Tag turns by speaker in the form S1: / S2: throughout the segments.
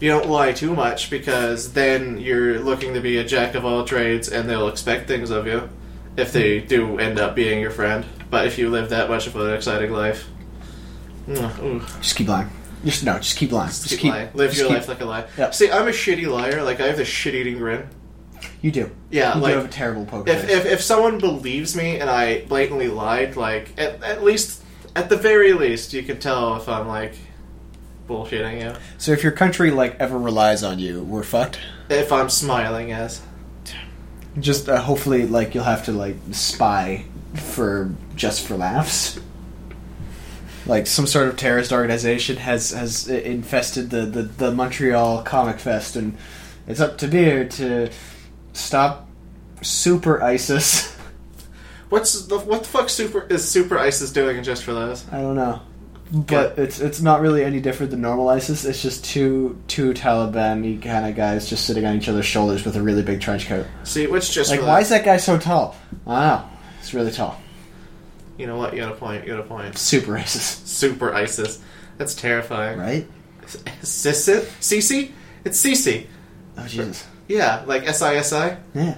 S1: you don't lie too much because then you're looking to be a jack of all trades and they'll expect things of you if they
S2: Hmm.
S1: do end up being your friend. But if you live that much of an exciting life, mm, ooh,
S2: Just keep lying. Just no. Just keep lying. Just,
S1: keep,
S2: keep
S1: lying. Live
S2: just
S1: your
S2: keep-
S1: life like a lie.
S2: Yep.
S1: See, I'm a shitty liar. Like I have this shit-eating grin.
S2: You do.
S1: Yeah,
S2: You
S1: Uh, like-
S2: do have a terrible poker
S1: If,
S2: face.
S1: if if someone believes me and I blatantly lied, like at, at least at the very least, you can tell if I'm like bullshitting you.
S2: so if your country like ever relies on you, we're fucked.
S1: If I'm smiling as
S2: Just uh, hopefully, like you'll have to like spy for just for laughs. Like some sort of terrorist organization has has infested the the, the Montreal Comic Fest, and it's up to Beer to stop Super ISIS.
S1: what's the what the fuck super is super ISIS doing in just for those?
S2: I don't know. But it's it's not really any different than normal ISIS. It's just two two Taliban kind of guys just sitting on each other's shoulders with a really big trench coat.
S1: See, which just
S2: Like,
S1: for
S2: why
S1: Those?
S2: is that guy so tall? I don't know. He's really tall.
S1: You know what? You got a point. You got a point.
S2: Super racist,
S1: Super ISIS. That's terrifying.
S2: right?
S1: Sissit? Sisi? It's Sisi.
S2: Oh Jesus.
S1: Yeah, like S I S I.
S2: Yeah.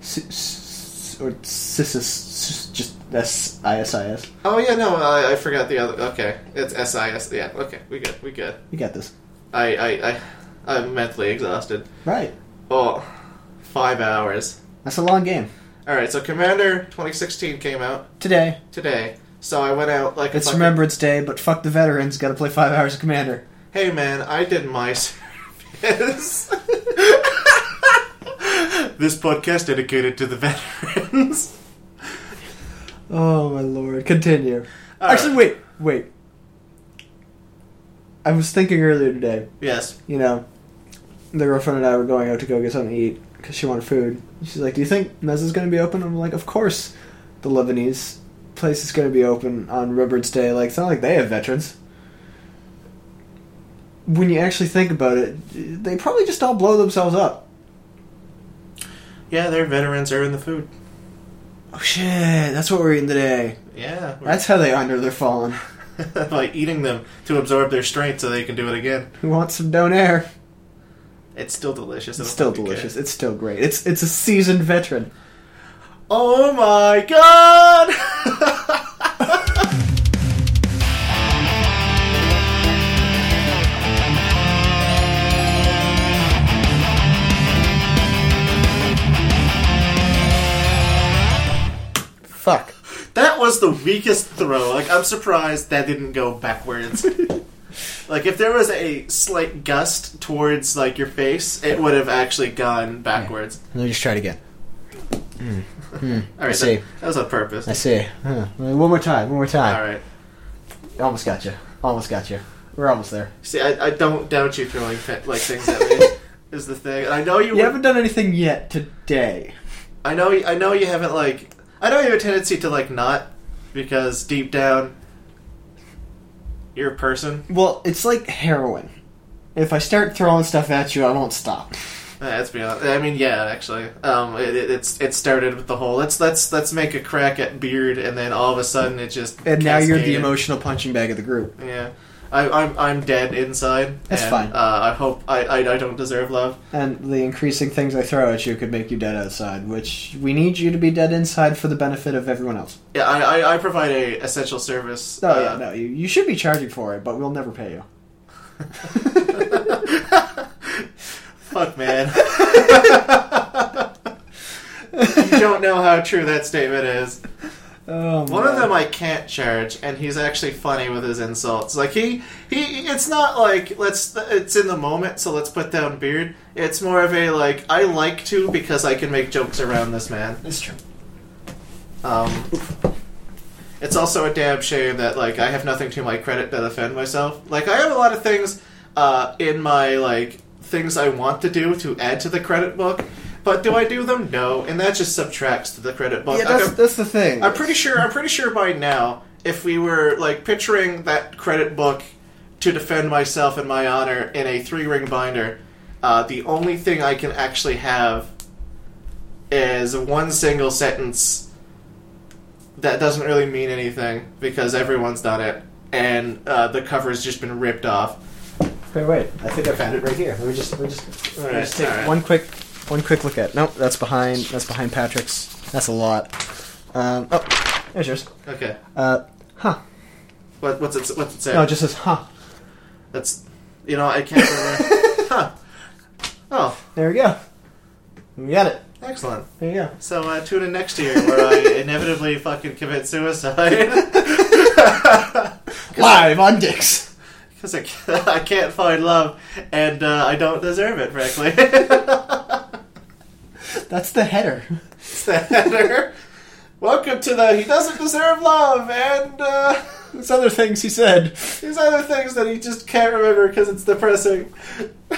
S2: S- s- or sisis just S I S I S.
S1: Oh yeah, no, I, I forgot the other. Okay, it's S I S. Yeah, okay, we good, we good.
S2: You got this.
S1: I, I, I, I'm mentally exhausted.
S2: Right.
S1: Oh, five hours.
S2: That's a long game.
S1: All right, so Commander 2016 came out
S2: Today
S1: today. So I went out like a
S2: it's
S1: fucking-
S2: Remembrance Day, but fuck the veterans. Got to play five hours of Commander.
S1: Hey man, I did my service. this podcast dedicated to the veterans.
S2: Oh my lord! Continue.
S1: All
S2: Actually,
S1: right.
S2: wait, wait. I was thinking earlier today.
S1: Yes.
S2: You know, the girlfriend and I were going out to go get something to eat because she wanted food. She's like, "Do you think Mez is going to be open?" I'm like, "Of course, the Lebanese place is going to be open on Remembrance Day. Like, it's not like they have veterans." When you actually think about it, they probably just all blow themselves up.
S1: Yeah, their veterans are in the food.
S2: Oh shit! That's what we're eating today.
S1: Yeah. we're-
S2: That's how they honor their fallen.
S1: by eating them to absorb their strength so they can do it again.
S2: Who wants some donair?
S1: It's still delicious. I
S2: It's still
S1: don't fucking care.
S2: delicious. It's still great. It's it's a seasoned veteran.
S1: Oh my god!
S2: Fuck.
S1: that was the weakest throw. Like, I'm surprised that didn't go backwards. like, if there was a slight gust towards, like, your face, it would have actually gone backwards.
S2: Let me just try it again.
S1: Alright,
S2: see.
S1: that, that was on purpose.
S2: I see. Huh. One more time. One more time.
S1: Alright.
S2: Almost got you. Almost got you. We're almost there.
S1: See, I, I don't doubt you throwing, pe- like, things at me. Is the thing. And I know you,
S2: You
S1: would-
S2: haven't done anything yet today.
S1: I know I know you haven't like I know you have a tendency to like not because deep down you're a person.
S2: Well, it's like heroin. If I start throwing stuff at you, I won't stop.
S1: Uh, Let's be honest. I mean, yeah, actually, um, it, it, it's it started with the whole let's let's let's make a crack at beard, and then all of a sudden it just
S2: And now you're the
S1: cascaded.
S2: emotional punching bag of the group.
S1: Yeah, I, I'm I'm dead inside.
S2: That's
S1: and,
S2: fine.
S1: Uh, I hope I, I I don't deserve love.
S2: And the increasing things I throw at you could make you dead outside, which we need you to be dead inside for the benefit of everyone else.
S1: Yeah, I I, I provide a essential service.
S2: Oh yeah,
S1: uh,
S2: no, you, you should be charging for it, but we'll never pay you.
S1: Fuck, man. you don't know how true that statement is.
S2: Oh,
S1: One of them I can't charge, and he's actually funny with his insults. Like he, he, it's not like let's. It's in the moment, so let's put down beard. It's more of a like I like to because I can make jokes around this man.
S2: It's true.
S1: Um, it's also a damn shame that like I have nothing to my credit to defend myself. Like I have a lot of things uh, in my like things I want to do to add to the credit book, but do I do them? No, and that just subtracts to the credit book.
S2: Yeah, that's,
S1: I'm,
S2: that's the thing.
S1: I'm pretty sure. I'm pretty sure by now, if we were like picturing that credit book to defend myself and my honor in a three ring binder, uh, the only thing I can actually have is one single sentence that doesn't really mean anything because everyone's done it, and uh, the cover's just been ripped off.
S2: Wait, wait. I think I found it right here. Let me just, let me just,
S1: All
S2: let me
S1: right,
S2: just take
S1: all right.
S2: one quick, one quick look at. it. Nope, that's behind. That's behind Patrick's. That's a lot. Um, oh, there's yours.
S1: Okay.
S2: Uh, huh.
S1: What, what's it? What's it say?
S2: No, it just says huh.
S1: That's. You know, I can't remember. huh. Oh,
S2: There we go. We got it.
S1: excellent.
S2: There you go.
S1: So uh, tune in next year where I inevitably fucking commit suicide
S2: Live on dicks.
S1: because I, ca- I can't find love and uh, I don't deserve it, frankly.
S2: That's the header.
S1: It's the header. Welcome to the he doesn't deserve love and uh,
S2: There's other things he said.
S1: these other things that he just can't remember because it's depressing.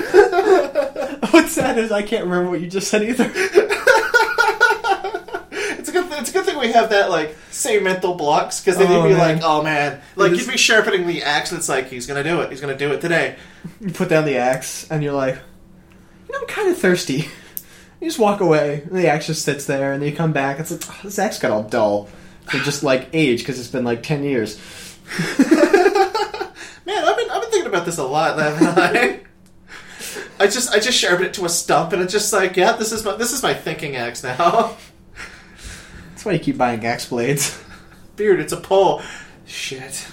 S2: What's sad is I can't remember what you just said either.
S1: It's a good. Th- it's a good thing we have that like same mental blocks because then
S2: Oh,
S1: you'd be
S2: man.
S1: like, oh man, like
S2: It is-
S1: you'd be sharpening the axe. and It's like he's gonna do it. He's gonna do it today.
S2: You put down the axe and you're like, you know, I'm kind of thirsty. You just walk away, and the axe just sits there, and then you come back. It's like oh, this axe got all dull for just like age because it's been like ten years.
S1: Man, I've been I've been thinking about this a lot, haven't I? I just I just sharpened it to a stump, and it's just like, yeah, this is my this is my thinking axe now.
S2: That's why you keep buying axe blades.
S1: Beard, it's a pole. Shit.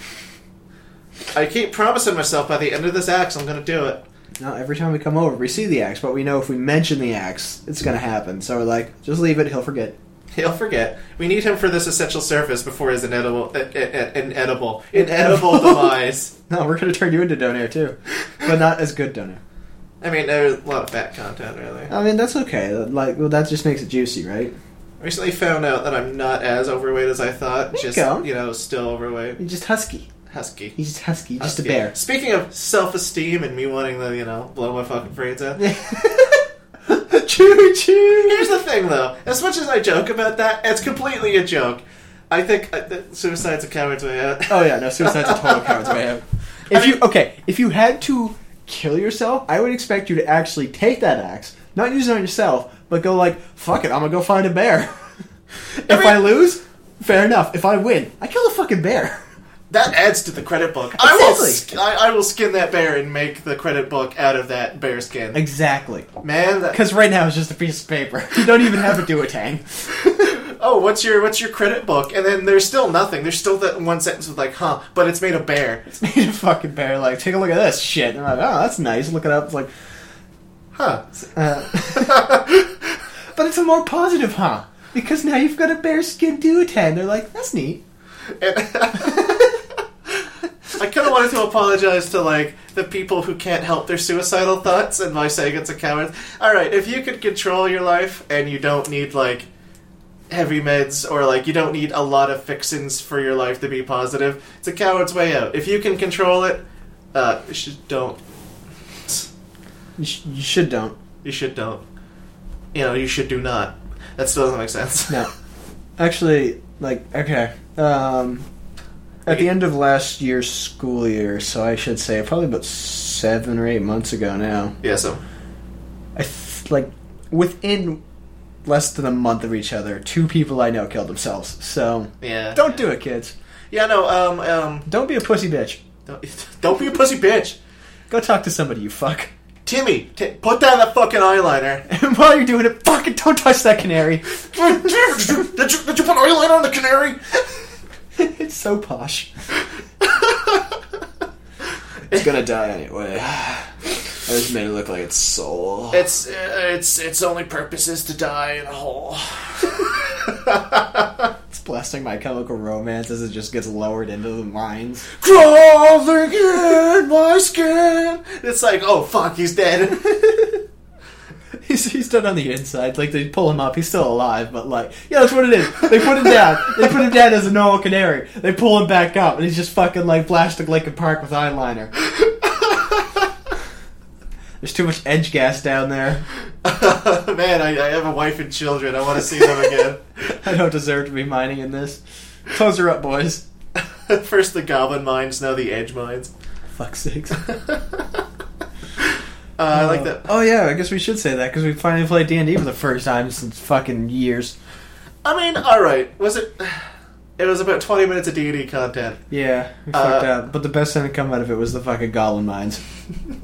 S1: I keep promising myself by the end of this axe, I'm gonna do it.
S2: Now every time we come over, we see the axe, but we know if we mention the axe, it's gonna happen. So we're like, just leave it. He'll forget.
S1: He'll forget. We need him for this essential service before his inedible, eh, eh, eh, inedible, inedible demise.
S2: No, we're gonna turn you into Donair too, but not as good Donair.
S1: I mean, there's a lot of fat content, really.
S2: I mean, that's okay. Like, well, that just makes it juicy, right?
S1: Recently found out that I'm not as overweight as I thought.
S2: There you
S1: just
S2: go.
S1: you know, still overweight,
S2: You're just husky.
S1: husky.
S2: He's just husky. You're just a
S1: Husky.
S2: bear.
S1: Speaking of self-esteem and me wanting to, you know, blow my fucking brains out.
S2: choo choo.
S1: Here's the thing, though. As much as I joke about that, it's completely a joke. I think uh, that suicide's a coward's way out.
S2: Oh yeah, no, suicide's a total coward's way out. If you okay, if you had to kill yourself, I would expect you to actually take that axe, not use it on yourself, but go like, fuck it, I'm gonna go find a bear. if
S1: mean-
S2: I lose, fair enough. If I win, I kill the fucking bear.
S1: That adds to the credit book. I will,
S2: Exactly.
S1: sk- I, I will skin that bear and make the credit book out of that bear skin.
S2: Exactly.
S1: Man, that,
S2: Because right now it's just a piece of paper. You don't even have a duotang.
S1: oh, what's your what's your credit book? And then there's still nothing. There's still that one sentence with like, huh, but it's made of bear.
S2: It's made of fucking bear. Like, take a look at this shit. And I'm like, oh, that's nice. Look it up. It's like,
S1: Huh.
S2: but it's a more positive, huh? Because now you've got a bear skin duotang. They're like, that's neat.
S1: I kind of wanted to apologize to like the people who can't help their suicidal thoughts, and by saying it's a coward. All right, if you could control your life and you don't need like heavy meds or like you don't need a lot of fixins for your life to be positive, it's a coward's way out. If you can control it, uh, you should don't.
S2: You, sh- you should don't.
S1: You should don't. You know, you should do not. That still doesn't make sense.
S2: No. Actually, like, okay. Um, at the end of last year's school year, so I should say probably about seven or eight months ago now,
S1: Yeah. So
S2: I th- like, within less than a month of each other, two people I know killed themselves. So,
S1: yeah.
S2: don't do it, kids.
S1: Yeah. No. Um. Um.
S2: Don't be a pussy bitch.
S1: Don't, don't be a pussy bitch.
S2: Go talk to somebody, you fuck.
S1: Timmy, t- put down that fucking eyeliner.
S2: And while you're doing it, fucking don't touch that canary.
S1: did, you, did you put eyeliner on the canary?
S2: It's so posh. it's gonna die anyway. I just made it look like its soul.
S1: It's uh, it's its only purpose is to die in a hole.
S2: It's blasting my chemical romance as it just gets lowered into the mines.
S1: Crawling in my skin. It's like, oh fuck, he's dead.
S2: He's, he's done on the inside. Like, they pull him up. He's still alive, but, like, yeah, that's what it is. They put him down. They put him down as a normal canary. They pull him back up, and he's just fucking, like, blasting Linkin Park with eyeliner. There's too much edge gas down there.
S1: Man, I, I have a wife and children. I want to see them again.
S2: I don't deserve to be mining in this. Close her up, boys.
S1: First the goblin mines, now the edge mines.
S2: Fuck sakes.
S1: Uh, I like that.
S2: Oh yeah, I guess we should say that because we finally played D and D for the first time since fucking years.
S1: I mean, all right. Was it? It was about 20 minutes of D&D content.
S2: Yeah, we
S1: Uh,
S2: fucked up. But the best thing to come out of it was the fucking goblin mines.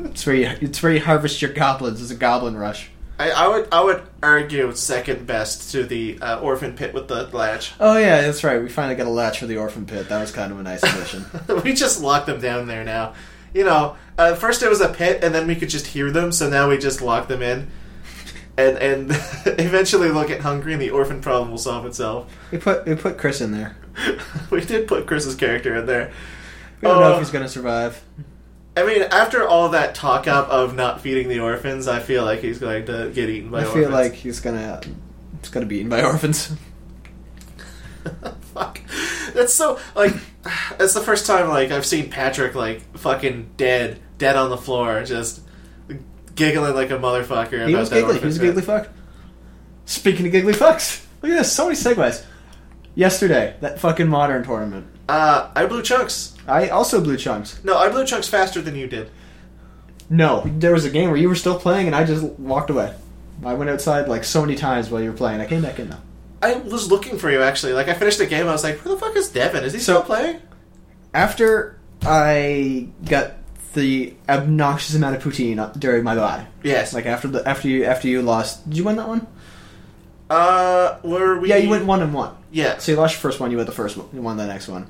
S2: it's where you it's where you harvest your goblins. It's a goblin rush.
S1: I, I would I would argue second best to the uh, orphan pit with the latch.
S2: Oh yeah, that's right. We finally got a latch for the orphan pit. That was kind of a nice addition.
S1: we just lock them down there now. You know, uh, first it was a pit, and then we could just hear them. So now we just lock them in, and and eventually they'll get hungry, and the orphan problem will solve itself.
S2: we put we put Chris in there.
S1: we did put Chris's character in there.
S2: We don't know
S1: Oh.
S2: if he's gonna survive.
S1: I mean, after all that talk up of not feeding the orphans, I feel like he's going to get eaten by
S2: I
S1: orphans.
S2: feel like he's gonna it's gonna be eaten by orphans.
S1: Fuck. That's so like that's the first time like I've seen Patrick like fucking dead, dead on the floor, just giggling like a motherfucker.
S2: He
S1: about
S2: was
S1: that
S2: giggly. He
S1: orphan
S2: was a
S1: pit.
S2: giggly fuck. Speaking of giggly fucks, look at this. So many segues. Yesterday, that fucking modern tournament.
S1: Uh, I blew chunks.
S2: I also blew chunks.
S1: No, I blew chunks faster than you did.
S2: No, there was a game where you were still playing, and I just walked away. I went outside like so many times while you were playing. I came back in though.
S1: I was looking for you actually. Like I finished the game, I was like, "Where the fuck is Devin? Is he
S2: So-
S1: still playing?"
S2: After I got the obnoxious amount of poutine during my body,
S1: Yes.
S2: like after the after you after you lost, did you win that one?
S1: uh, were we?
S2: yeah, you went one and one.
S1: Yeah.
S2: So you lost your first one. You went the first one. You won the next one.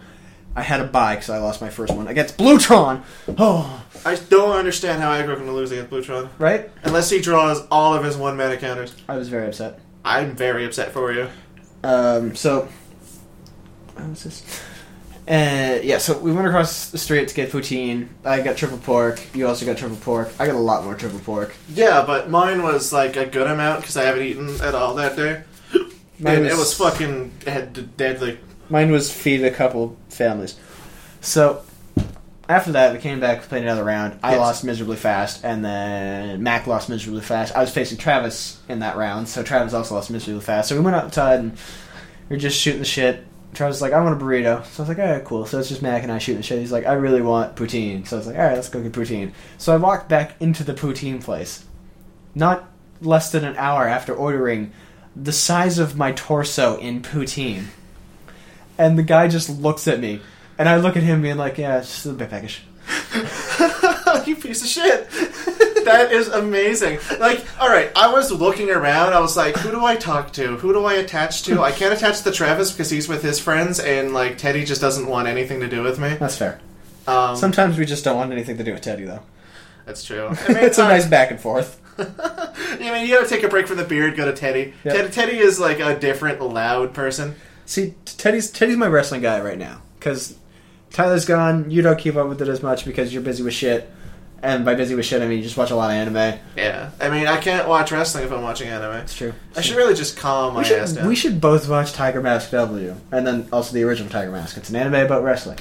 S2: I had a bye because I lost my first one against Blutron. Oh,
S1: I don't understand how Aggro can lose against Blutron
S2: right.
S1: unless he draws all of his one mana counters.
S2: I was very upset.
S1: I'm very upset for you.
S2: Um, so, what was this? Uh, yeah, so we went across the street to get poutine. I got triple pork. You also got triple pork. I got a lot more triple pork.
S1: Yeah, but mine was like a good amount because I haven't eaten at all that day. and it was fucking head deadly.
S2: Mine was feed a couple families. So after that, we came back, played another round. I
S1: Yes.
S2: lost miserably fast, and then Mac lost miserably fast. I was facing Travis in that round, so Travis also lost miserably fast. So we went outside and we were just shooting the shit. Travis was like, I want a burrito. So I was like, alright, cool. So it's just Mac and I shooting the shit. He's like, I really want poutine. So I was like, alright, let's go get poutine. So I walked back into the poutine place. Not less than an hour after ordering the size of my torso in poutine. And the guy just looks at me. And I look at him being like, yeah, it's just a bit peckish.
S1: you piece of shit. that is amazing. Like, all right, I was looking around. I was like, who do I talk to? Who do I attach to? I can't attach to Travis because he's with his friends, and like Teddy just doesn't want anything to do with me.
S2: That's fair.
S1: Um,
S2: Sometimes we just don't want anything to do with Teddy, though.
S1: that's true. I mean,
S2: it's a
S1: I-
S2: nice back and forth.
S1: I mean, you gotta take a break from the beard. Go to Teddy.
S2: Yep.
S1: Ted, Teddy is like a different, loud person.
S2: See, Teddy's Teddy's my wrestling guy right now because Tyler's gone. You don't keep up with it as much because you're busy with shit, and by busy with shit, I mean you just watch a lot of anime.
S1: Yeah, I mean, I can't watch wrestling if I'm watching anime.
S2: It's true.
S1: I should really just calm my
S2: We
S1: ass
S2: should,
S1: down.
S2: we should both watch Tiger Mask W, and then also the original Tiger Mask. It's an anime about wrestling.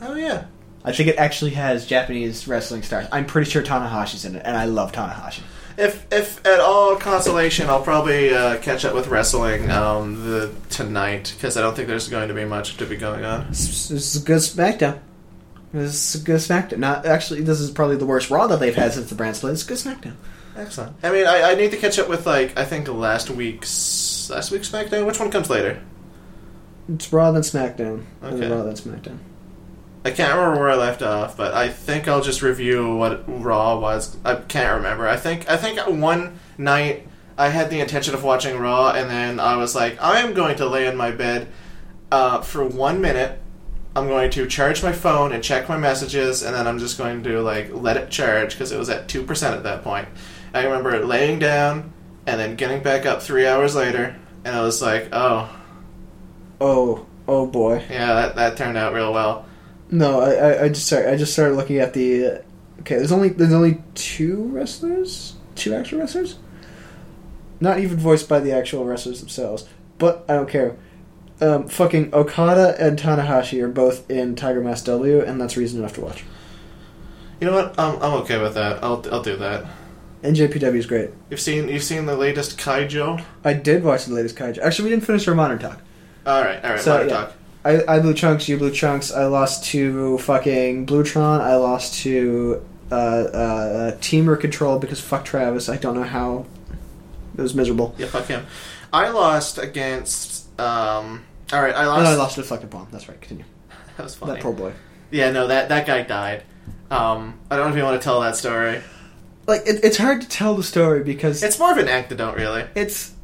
S1: Oh yeah.
S2: I think it actually has Japanese wrestling stars. I'm pretty sure Tanahashi's in it, and I love Tanahashi.
S1: If if at all consolation, I'll probably uh, catch up with wrestling um, the tonight because I don't think there's going to be much to be going on.
S2: This is a good SmackDown. This is a good SmackDown. Not actually, this is probably the worst Raw that they've had since the brand split. It's a good SmackDown.
S1: Excellent. I mean, I, I need to catch up with like I think last week's last week's SmackDown. Which one comes later?
S2: It's Raw then SmackDown, and then
S1: Okay.
S2: Raw then SmackDown.
S1: I can't remember where I left off, but I think I'll just review what Raw was. I can't remember. I think I think one night I had the intention of watching Raw, and then I was like, I am going to lay in my bed uh, for one minute. I'm going to charge my phone and check my messages, and then I'm just going to like let it charge because it was at two percent at that point. I remember laying down and then getting back up three hours later, and I was like, oh
S2: Oh, oh boy.
S1: yeah, that that turned out real well.
S2: No, I, I, I just started, I just started looking at the. Uh, okay, there's only there's only two wrestlers, two actual wrestlers. Not even voiced by the actual wrestlers themselves, but I don't care. Um, fucking Okada and Tanahashi are both in Tiger Mask W, and that's reason enough to watch.
S1: You know what? I'm I'm okay with that. I'll I'll do that.
S2: NJPW is great.
S1: You've seen you've seen the latest Kaijo.
S2: I did watch the latest Kaiju. Actually, we didn't finish our modern talk.
S1: All right, all right,
S2: So,
S1: Modern
S2: yeah.
S1: Talk.
S2: I, I blew chunks, you blew chunks. I lost to fucking Blutron. I lost to uh, uh, Teamer Control because fuck Travis. I don't know how. It was miserable.
S1: Yeah, fuck him. I lost against um, All right, I
S2: Oh,
S1: lost.
S2: no, I lost deflected bomb. That's right. Continue.
S1: That was funny.
S2: That poor boy.
S1: yeah, no, that that guy died. Um, I don't know if you want to tell that story.
S2: Like it, it's hard to tell the story because
S1: It's more of an anecdote, really.
S2: it's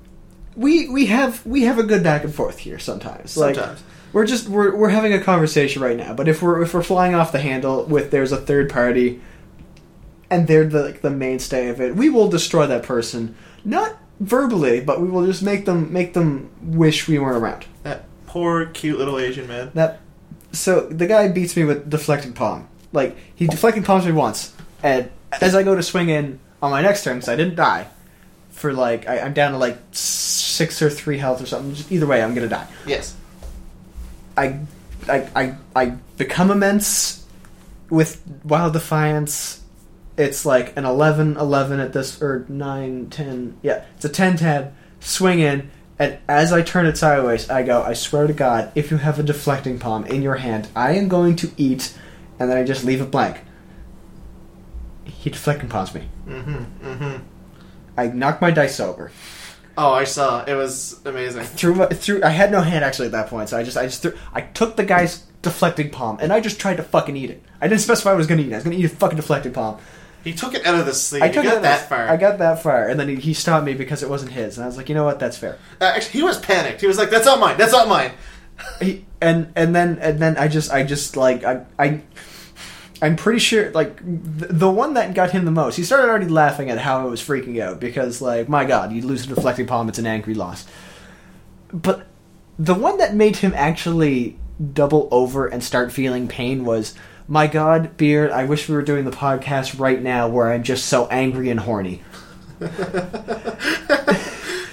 S2: we we have we have a good back and forth here sometimes. Like
S1: Sometimes.
S2: we're just we're we're having a conversation right now, but if we're if we're flying off the handle with there's a third party and they're the like, the mainstay of it, we will destroy that person. Not verbally, but we will just make them make them wish we weren't around.
S1: That poor, cute little Asian man.
S2: That so the guy beats me with deflected palm. Like he deflected palms me once, and as I go to swing in on my next turn, because I didn't die, for like I, I'm down to like six or three health or something. Just either way, I'm gonna die.
S1: Yes.
S2: I, I, I, I become immense with wild defiance. It's like an 11 11 at this, or 9 10. Yeah, it's a 10 10. Swing in, and as I turn it sideways, I go, I swear to God, if you have a deflecting palm in your hand, I am going to eat, and then I just leave it blank. He deflecting palms me.
S1: Mm-hmm. Mm-hmm.
S2: I knock my dice over.
S1: Oh, I saw. It was amazing.
S2: threw my, threw I had no hand actually at that point, so I just I just threw I took the guy's deflecting palm and I just tried to fucking eat it. I didn't specify I was gonna eat it. I was gonna eat a fucking deflecting palm.
S1: He took it out of the sleeve.
S2: I
S1: He
S2: took it
S1: got
S2: and I-
S1: that far.
S2: I got that far, and then he, he stopped me because it wasn't his, and I was like, you know what, that's fair.
S1: Uh, actually, he was panicked. He was like, "That's not mine. That's not mine."
S2: He, and and then and then I just I just like I I. I'm pretty sure, like th- the one that got him the most. He started already laughing at how I was freaking out because, like, my God, you lose a deflecting palm; it's an angry loss. but the one that made him actually double over and start feeling pain was my god beard i wish we were doing the podcast right now where i'm just so angry and horny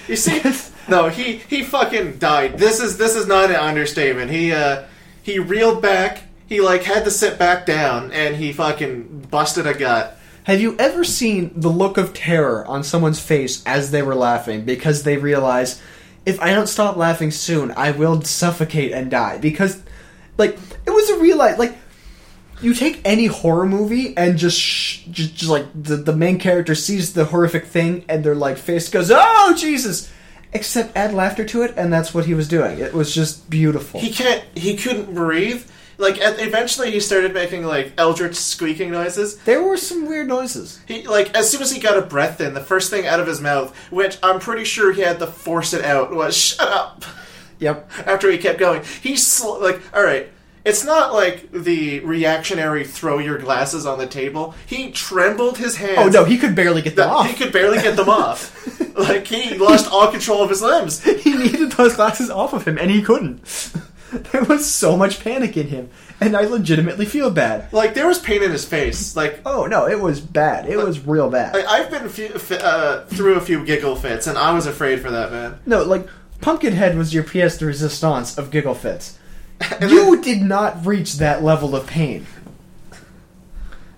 S1: You see? no, he he fucking died. This is this is not an understatement. He uh he reeled back. He like had to sit back down, and he fucking busted a gut.
S2: have you ever seen the look of terror on someone's face as they were laughing because they realize if i don't stop laughing soon i will suffocate and die because like it was a realize like you take any horror movie and just sh- just, just like the, the main character sees the horrific thing and their like face goes oh jesus except add laughter to it and that's what he was doing it was just beautiful
S1: He can't. He couldn't breathe. Like at, eventually, he started making like eldritch squeaking noises.
S2: there were some weird noises
S1: He like as soon as he got a breath in, the first thing out of his mouth, which I'm pretty sure he had to force it out, was "Shut up."
S2: yep
S1: after he kept going. He's sl- like, all right, it's not like the reactionary throw your glasses on the table. He trembled his hands.
S2: oh no he could barely get them
S1: That-
S2: off
S1: He could barely get them off. like he lost all control of his limbs.
S2: he needed those glasses off of him and he couldn't there was so much panic in him and i legitimately feel bad
S1: Like there was pain in his face. Like
S2: oh no it was bad it was real bad
S1: I- I've been few, f- uh, through a few giggle fits, and I was afraid for that man.
S2: No, like Pumpkinhead was your pièce de résistance of giggle fits. you did not reach that level of pain.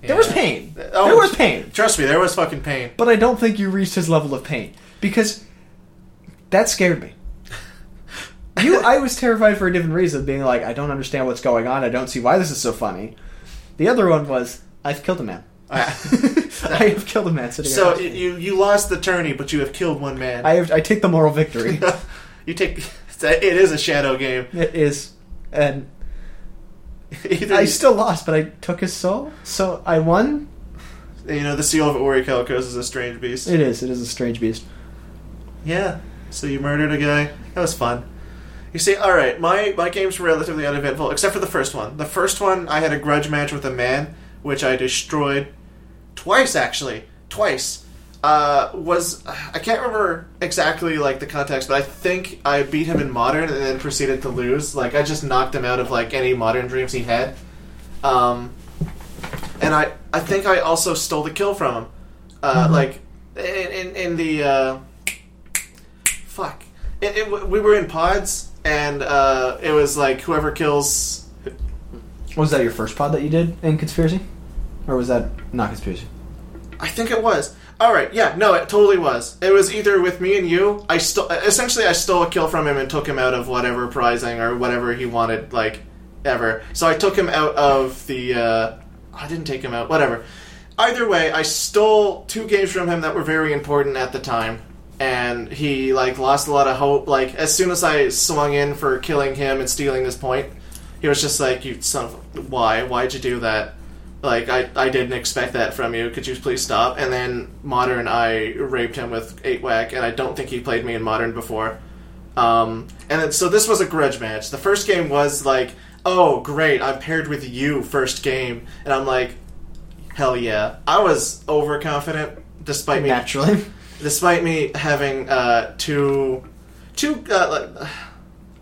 S2: There was
S1: Yeah.
S2: pain.
S1: Oh,
S2: there was pain.
S1: Trust me, there was fucking pain.
S2: But I don't think you reached his level of pain because that scared me. You, I was terrified for a different reason, being like, I don't understand what's going on. I don't see why this is so funny. The other one was, I've killed a man.
S1: Ah.
S2: I have killed a man sitting.
S1: So
S2: across
S1: y-
S2: from me.
S1: you you lost the tourney, but you have killed one man.
S2: I, have, I take the moral victory.
S1: you take it is a shadow game.
S2: it is, and
S1: Either
S2: I
S1: you-
S2: still lost, but I took his soul, so I won.
S1: You know, the seal of Ori Calicos is a strange beast.
S2: It is. It is a strange beast.
S1: Yeah. So you murdered a guy. That was fun. You see, all right, my my games were relatively uneventful, except for the first one. The first one, I had a grudge match with a man, which I destroyed twice, actually, twice. Uh, was I can't remember exactly like the context, but I think I beat him in modern and then proceeded to lose. Like I just knocked him out of like any modern dreams he had. Um, and I I think I also stole the kill from him. Uh, Like in in, in the. Uh, fuck. It, it, we were in pods, and uh, it was like whoever kills.
S2: Was that your first pod that you did in conspiracy, or was that not conspiracy?
S1: I think it was. All right, yeah, no, it totally was. It was either with me and you. I stole essentially I stole a kill from him and took him out of whatever prizing or whatever he wanted, like ever. So I took him out of the. Uh, I didn't take him out. Whatever. Either way, I stole two games from him that were very important at the time. and he like lost a lot of hope. Like as soon as I swung in for killing him and stealing this point, he was just like, "You son of a- why? Why'd you do that? Like I I didn't expect that from you. Could you please stop?" And then Modern I raped him with eight whack, and I don't think he played me in Modern before. Um, and then, so this was a grudge match. The first game was like, "Oh great, I'm paired with you first game," and I'm like, "Hell yeah!" I was overconfident despite me
S2: Naturally.
S1: despite me having uh, two, two. Uh, like,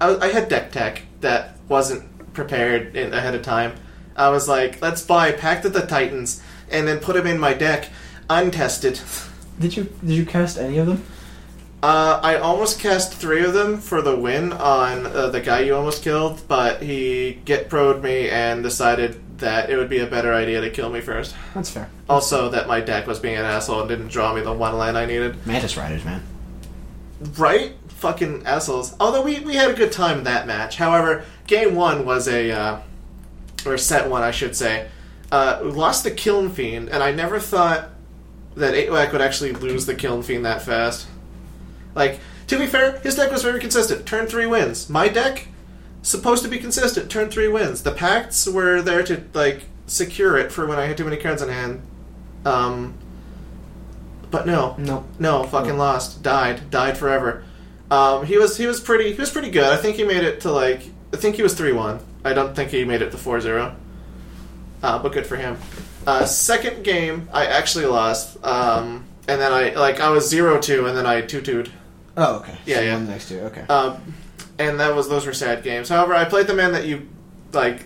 S1: I, I had deck tech that wasn't prepared in, ahead of time. I was like, let's buy Pact of the Titans and then put them in my deck untested.
S2: Did you did you cast any of them?
S1: Uh, I almost cast three of them for the win on uh, the guy you almost killed, but he get proed me and decided that it would be a better idea to kill me first.
S2: That's fair.
S1: Also, that my deck was being an asshole and didn't draw me the one land I needed.
S2: Mantis Riders, man.
S1: Right? Fucking assholes. Although we, we had a good time in that match. However, game one was a, uh, or set one, I should say. Uh, we lost the Kiln Fiend, and I never thought that 8 would actually lose the Kiln Fiend that fast. Like, to be fair, his deck was very consistent. Turn 3 wins. My deck, supposed to be consistent. Turn 3 wins. The pacts were there to, like, secure it for when I had too many cards in hand. Um, but no.
S2: No.
S1: No, fucking
S2: Oh.
S1: lost. Died. Died forever. Um, he was he was pretty he was pretty good. I think he made it to like I think he was three one. I don't think he made it to four zero. Uh, but good for him. Uh, second game I actually lost. Um, and then I like I was zero two and then I two two'd.
S2: Oh, okay.
S1: Yeah,
S2: So
S1: yeah.
S2: One next year. Okay.
S1: Um, and that was those were sad games. However, I played the man that you like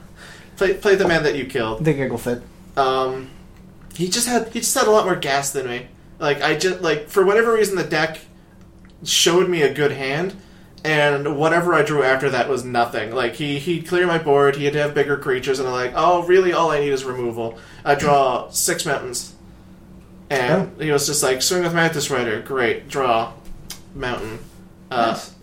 S1: played played the man that you killed.
S2: the giggle fit.
S1: Um, he just had he just had a lot more gas than me. Like I just like for whatever reason the deck showed me a good hand, and whatever I drew after that was nothing. Like he he cleared my board. He had to have bigger creatures, and I'm like, oh really? All I need is removal. I draw six mountains, and he was just like, swing with Mantis Rider, great, draw mountain. Uh,
S2: Nice.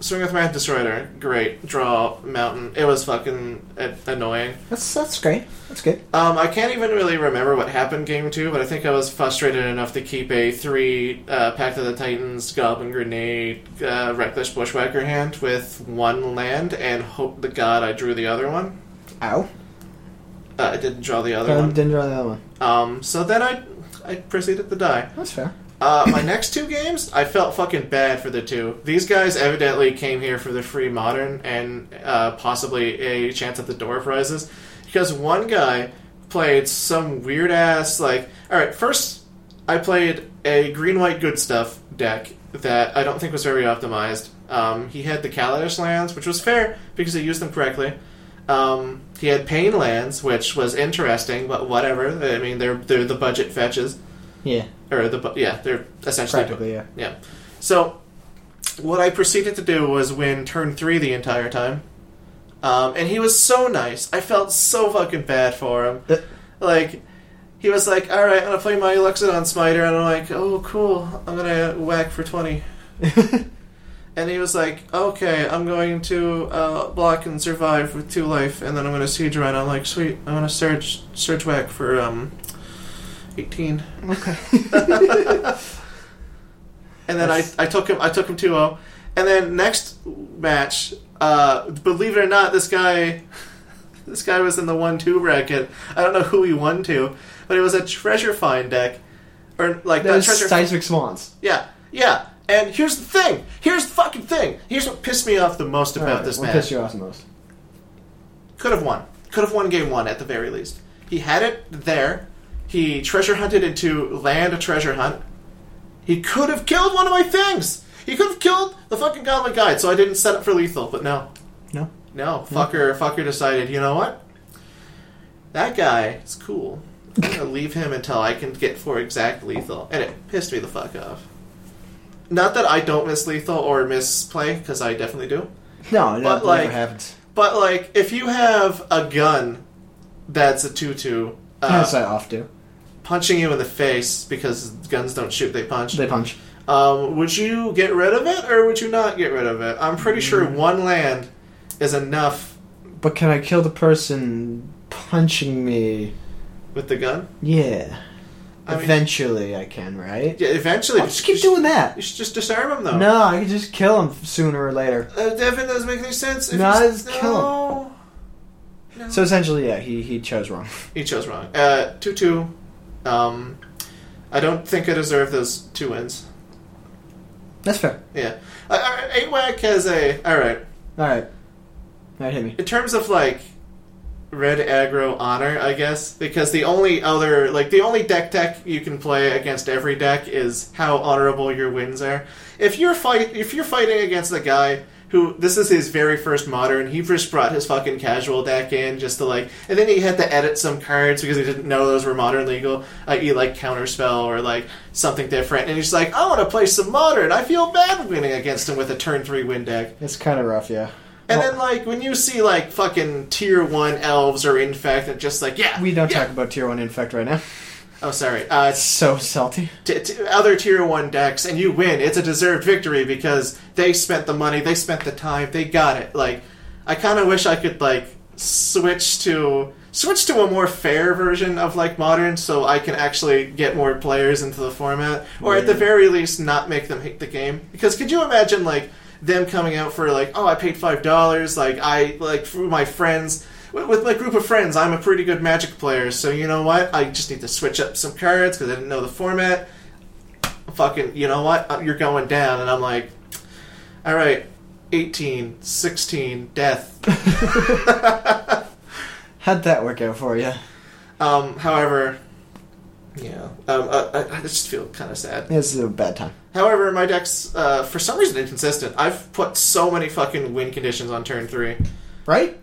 S1: Swing with Mantis Rider, great, draw mountain. It was fucking a- annoying.
S2: That's that's great. That's good.
S1: Um, I can't even really remember what happened game two, but I think I was frustrated enough to keep a three uh, Pact of the Titans, Goblin Grenade, uh, Reckless Bushwhacker hand with one land and hope the god I drew the other one.
S2: Ow.
S1: Uh, I didn't draw the other
S2: Um,
S1: one.
S2: didn't draw the other one.
S1: Um, so then I, I proceeded to die.
S2: That's fair.
S1: Uh, my next two games, I felt fucking bad for the two. These guys evidently came here for the free modern and uh, possibly a chance at the door prizes, because one guy played some weird ass like. All right, first I played a green white good stuff deck that I don't think was very optimized. Um, he had the Kaladesh lands, which was fair because he used them correctly. Um, he had Pain lands, which was interesting, but whatever. I mean, they're they're the budget fetches
S2: Yeah.
S1: or the bu- yeah, they're essentially
S2: Practically, yeah.
S1: yeah. So what I proceeded to do was win turn three the entire time, um, and he was so nice. I felt so fucking bad for him.
S2: Uh,
S1: Like he was like, "All right, I'm gonna play my Luxodon Smiter," and I'm like, "Oh, cool. I'm gonna whack for 20. And he was like, "Okay, I'm going to uh, block and survive with two life, and then I'm gonna siege run." I'm like, "Sweet, I'm gonna surge surge whack for um, 18."
S2: okay.
S1: and then I,
S2: That's-
S1: I took him I took him 2-0. And then next match, uh, believe it or not, this guy this guy was in the one two bracket. I don't know who he won to, but it was a treasure find deck, or like
S2: That
S1: not
S2: was
S1: treasure.
S2: seismic swans.
S1: yeah, yeah. And here's the thing. Here's the fucking thing. Here's what pissed me off the most about
S2: Alright,
S1: this
S2: what
S1: match
S2: pissed you off the most?
S1: could have won. Could have won game one at the very least. He had it there. He treasure hunted into land a treasure hunt. He could have killed one of my things. He could have killed the fucking goblin guide, so I didn't set up for lethal. But no,
S2: No.
S1: no, fucker, fucker decided. You know what? That guy is cool. I'm gonna leave him until I can get for exact lethal, and it pissed me the fuck off. Not that I don't miss lethal or misplay, because I definitely do.
S2: No, no,
S1: But,
S2: it
S1: like-
S2: never happens.
S1: But like, if you have a gun that's a two-two, uh,
S2: Hindsight off do.
S1: punching you in the face because guns don't shoot, they punch.
S2: They punch.
S1: um, would you get rid of it or would you not get rid of it? I'm pretty sure one land is enough
S2: But can I kill the person punching me?
S1: with the gun.
S2: Yeah.
S1: I mean-
S2: Eventually, I can, right?
S1: Yeah, eventually.
S2: I'll just keep doing
S1: You
S2: that.
S1: should just Oh. disarm him, though. Uh,
S2: No, I can just kill him sooner or later.
S1: That definitely doesn't make any sense.
S2: No,
S1: you-
S2: it's kill
S1: No.
S2: So essentially, yeah, he he chose wrong.
S1: He chose wrong. Uh, two two. Um, I don't think I deserve those two wins.
S2: That's fair.
S1: Yeah. Uh, all right, eight whack has a all right.
S2: All right, all right, hit me.
S1: In terms of like red aggro honor, I guess because the only other like the only deck tech you can play against every deck is how honorable your wins are. If you're fight if you're fighting against a guy who this is his very first modern, he just brought his fucking casual deck in just to like, and then he had to edit some cards because he didn't know those were modern legal, i.e. like counterspell or like something different. And he's like, I want to play some modern. I feel bad winning against him with a turn three win deck.
S2: It's kind of rough, yeah.
S1: And
S2: Well,
S1: then, like, when you see, like, fucking tier one elves or infect, and just like, yeah.
S2: we don't
S1: yeah.
S2: talk about tier one infect right now.
S1: Oh, sorry. Uh,
S2: It's
S1: it's
S2: so salty.
S1: t- t- other tier one decks, and you win. It's a deserved victory because they spent the money, they spent the time, they got it. Like, I kind of wish I could, like, switch to. Switch to a more fair version of like modern, so I can actually get more players into the format, or at the
S2: Yeah.
S1: very least, not make them hate the game. Because could you imagine like them coming out for like, oh, I paid five dollars, like I like through my friends with, with my group of friends, I'm a pretty good Magic player, so you know what? I just need to switch up some cards because I didn't know the format. Fucking, you know what? Uh, You're going down, and I'm like, all right, 18, 16, death.
S2: How'd that work out for you?
S1: um, however, yeah, um, uh, I, I just feel kind of sad.
S2: This is a bad time.
S1: However, my deck's uh, for some reason inconsistent. I've put so many fucking win conditions on turn three.
S2: Right?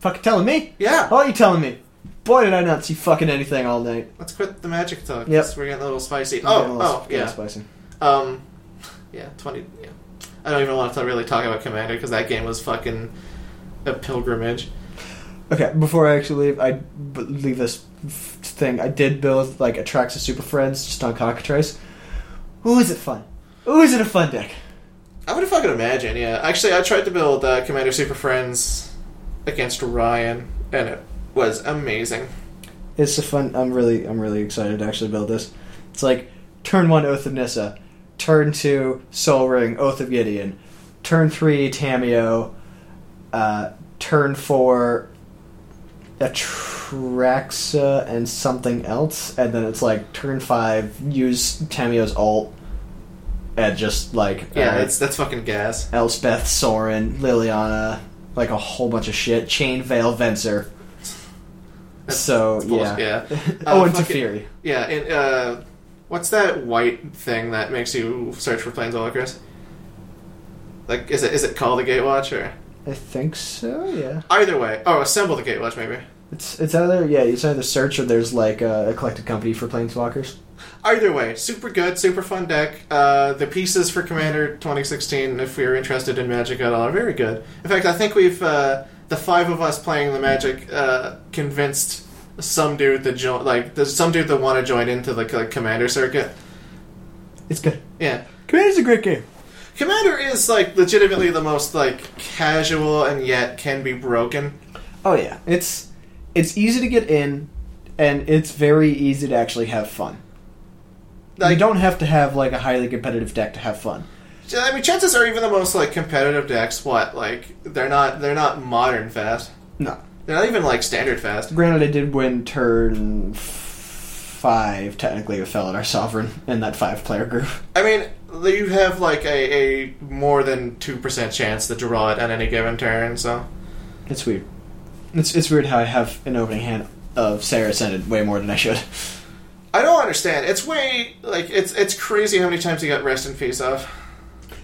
S2: Fucking telling me?
S1: Yeah.
S2: What are you telling me? Boy, did I not see fucking anything all night.
S1: Let's quit the magic talk.
S2: Yep.
S1: Yes, we're getting a little spicy.
S2: I'm getting a
S1: Oh,
S2: little-
S1: oh,
S2: getting
S1: yeah.
S2: Spicy.
S1: Um, yeah, twenty. Yeah, I don't even want to really talk about Commander because that game was fucking a pilgrimage.
S2: Okay, before I actually leave, I b- leave this f- thing. I did build like a Trax of Super Friends just on Cockatrice. Ooh, is it fun? Ooh, is it a fun deck?
S1: I would fucking imagine. Yeah, actually, I tried to build uh, Commander Super Friends against Ryan, and it was amazing.
S2: It's a fun. I'm really, I'm really excited to actually build this. It's like turn one Oath of Nissa, turn two Soul Ring, Oath of Gideon, turn three Tamio, uh, turn four Atraxa and something else, and then it's like turn five use Tamio's alt, and just like
S1: Yeah,
S2: uh,
S1: it's that's fucking gas.
S2: Elspeth, Soren, Liliana, like a whole bunch of shit. Chain Veil, Venser.
S1: That's-
S2: so
S1: that's
S2: yeah,
S1: bullshit, yeah.
S2: oh,
S1: Uh,
S2: and
S1: fuck it.
S2: Teferi.
S1: Yeah, and uh, what's that white thing that makes you search for planeswalkers? Like, is it is it called the Gatewatch or
S2: I think so. Yeah,
S1: either way? Oh, assemble the Gatewatch maybe.
S2: it's it's either yeah, it's either search or there's like uh, a, a collected company for planeswalkers.
S1: Either way, super good, super fun deck. Uh, the pieces for Commander 2016, if we are interested in Magic at all, are very good. In fact, I think we've uh, the five of us playing the Magic uh, convinced some dude that jo- like there's some dude that want to join into the like, Commander circuit.
S2: It's good.
S1: Yeah,
S2: Commander's a great game.
S1: Commander is like legitimately the most like casual and yet can be broken.
S2: Oh yeah, it's it's easy to get in, and it's very easy to actually have fun. you
S1: Like,
S2: don't have to have like a highly competitive deck to have fun.
S1: I mean, chances are even the most like competitive decks. What like they're not they're not modern fast.
S2: No,
S1: They're not even like standard fast.
S2: Granted, I did win turn f- five, technically, with Felidar Sovereign in that five player group.
S1: I mean, you have like a, a more than two percent chance to draw it on any given turn. So
S2: It's weird. It's, it's weird how I have an opening hand of Sarah Ascended way more than I should.
S1: I don't understand. It's way like it's it's crazy how many times he got rest and face off.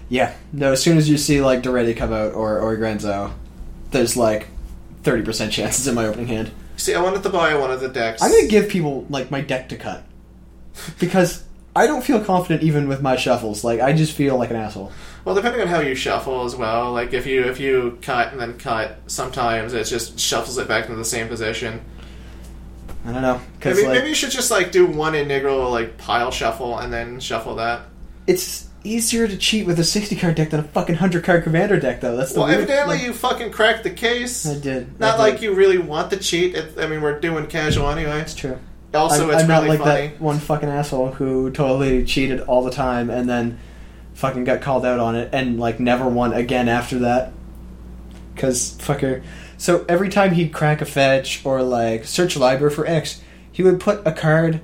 S2: Yeah. No, as soon as you see, like, Doretti come out or, or Grenzo, there's, like, 30% chances in my opening hand.
S1: See, I wanted to buy one of the decks.
S2: I'm going to give people, like, my deck to cut. Because I don't feel confident even with my shuffles. Like, I just feel like an asshole.
S1: well, depending on how you shuffle as well. Like if you if you cut and then cut, sometimes it just shuffles it back into the same position.
S2: I don't know. Because,
S1: Maybe,
S2: like,
S1: maybe you should just like do one integral like pile shuffle and then shuffle that.
S2: it's easier to cheat with a 60 card deck than a fucking 100 card commander deck, though. That's the
S1: Well,
S2: weird-
S1: evidently
S2: like-
S1: you fucking cracked the case.
S2: I did.
S1: Not
S2: I did.
S1: like you really want to cheat. It, I mean, we're doing casual anyway.
S2: It's true.
S1: Also,
S2: I'm,
S1: it's
S2: I'm
S1: really
S2: not like
S1: funny.
S2: that one fucking asshole who totally cheated all the time and then fucking got called out on it and like never won again after that. Cause fucker, so every time he'd crack a fetch or like search a library for X, he would put a card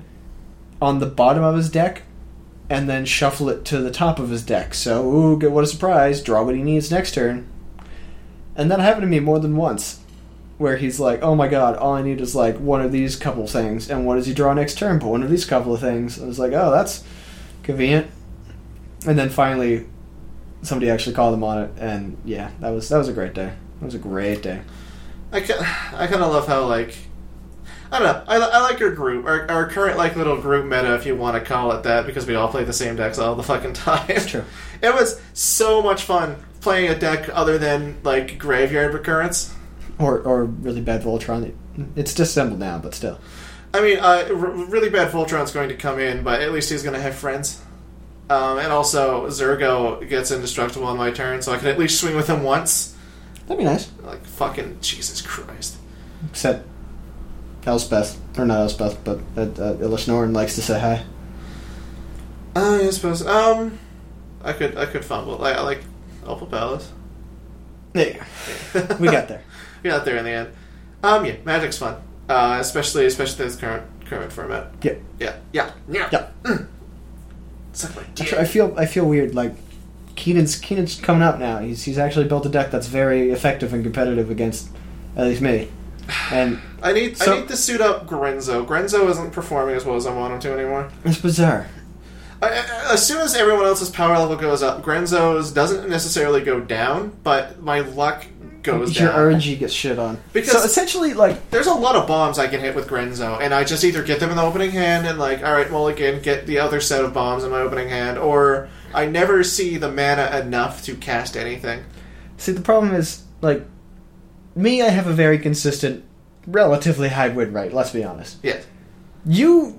S2: on the bottom of his deck and then shuffle it to the top of his deck. So ooh, good, what a surprise! Draw what he needs next turn. And that happened to me more than once where he's like, "Oh my god, all I need is like one of these couple things." And what does he draw next turn? But one of these couple of things. I was like, "Oh, that's convenient." And then finally, somebody actually called him on it, and yeah, that was that was a great day. That was a great day.
S1: I kind, I kind of love how like, I don't know. I, li- I like your group, our, our current like little group meta, if you want to call it that, because we all play the same decks all the fucking time.
S2: true.
S1: It was so much fun playing a deck other than like graveyard recurrence.
S2: Or or really bad Voltron. It's disassembled now, but still.
S1: I mean, uh, r- really bad Voltron's going to come in, but at least he's going to have friends. Um, and also, Zergo gets indestructible on my turn, so I can at least swing with him once.
S2: That'd be nice.
S1: Like fucking Jesus Christ.
S2: Except Elspeth, or not Elspeth, but uh, uh, Illishnorn likes to say hi.
S1: Uh, I suppose. Um, I could I could fumble. I, I like Opal Palace.
S2: There you go. we got there.
S1: We got there in the end. Um, yeah, Magic's fun, uh, especially especially this current current format.
S2: Yep.
S1: Yeah, yeah, yeah. Mm.
S2: Yep.
S1: Suck my dick.
S2: Actually, I feel I feel weird. Like Keenan's Keenan's coming up now. He's he's actually built a deck that's very effective and competitive against at least me. And
S1: I need
S2: So-
S1: I need to suit up Grenzo. Grenzo isn't performing as well as I want him to anymore.
S2: it's bizarre.
S1: I, I- as soon as everyone else's power level goes up, Grenzo's doesn't necessarily go down, but my luck goes
S2: Your
S1: down.
S2: RNG gets shit on.
S1: Because-
S2: so essentially, like
S1: There's a lot of bombs I can hit with Grenzo, and I just either get them in the opening hand and like, all right, Mulligan, get the other set of bombs in my opening hand, or I never see the mana enough to cast anything.
S2: See, the problem is, like, me, I have a very consistent, relatively high win rate, let's be honest.
S1: Yeah,
S2: You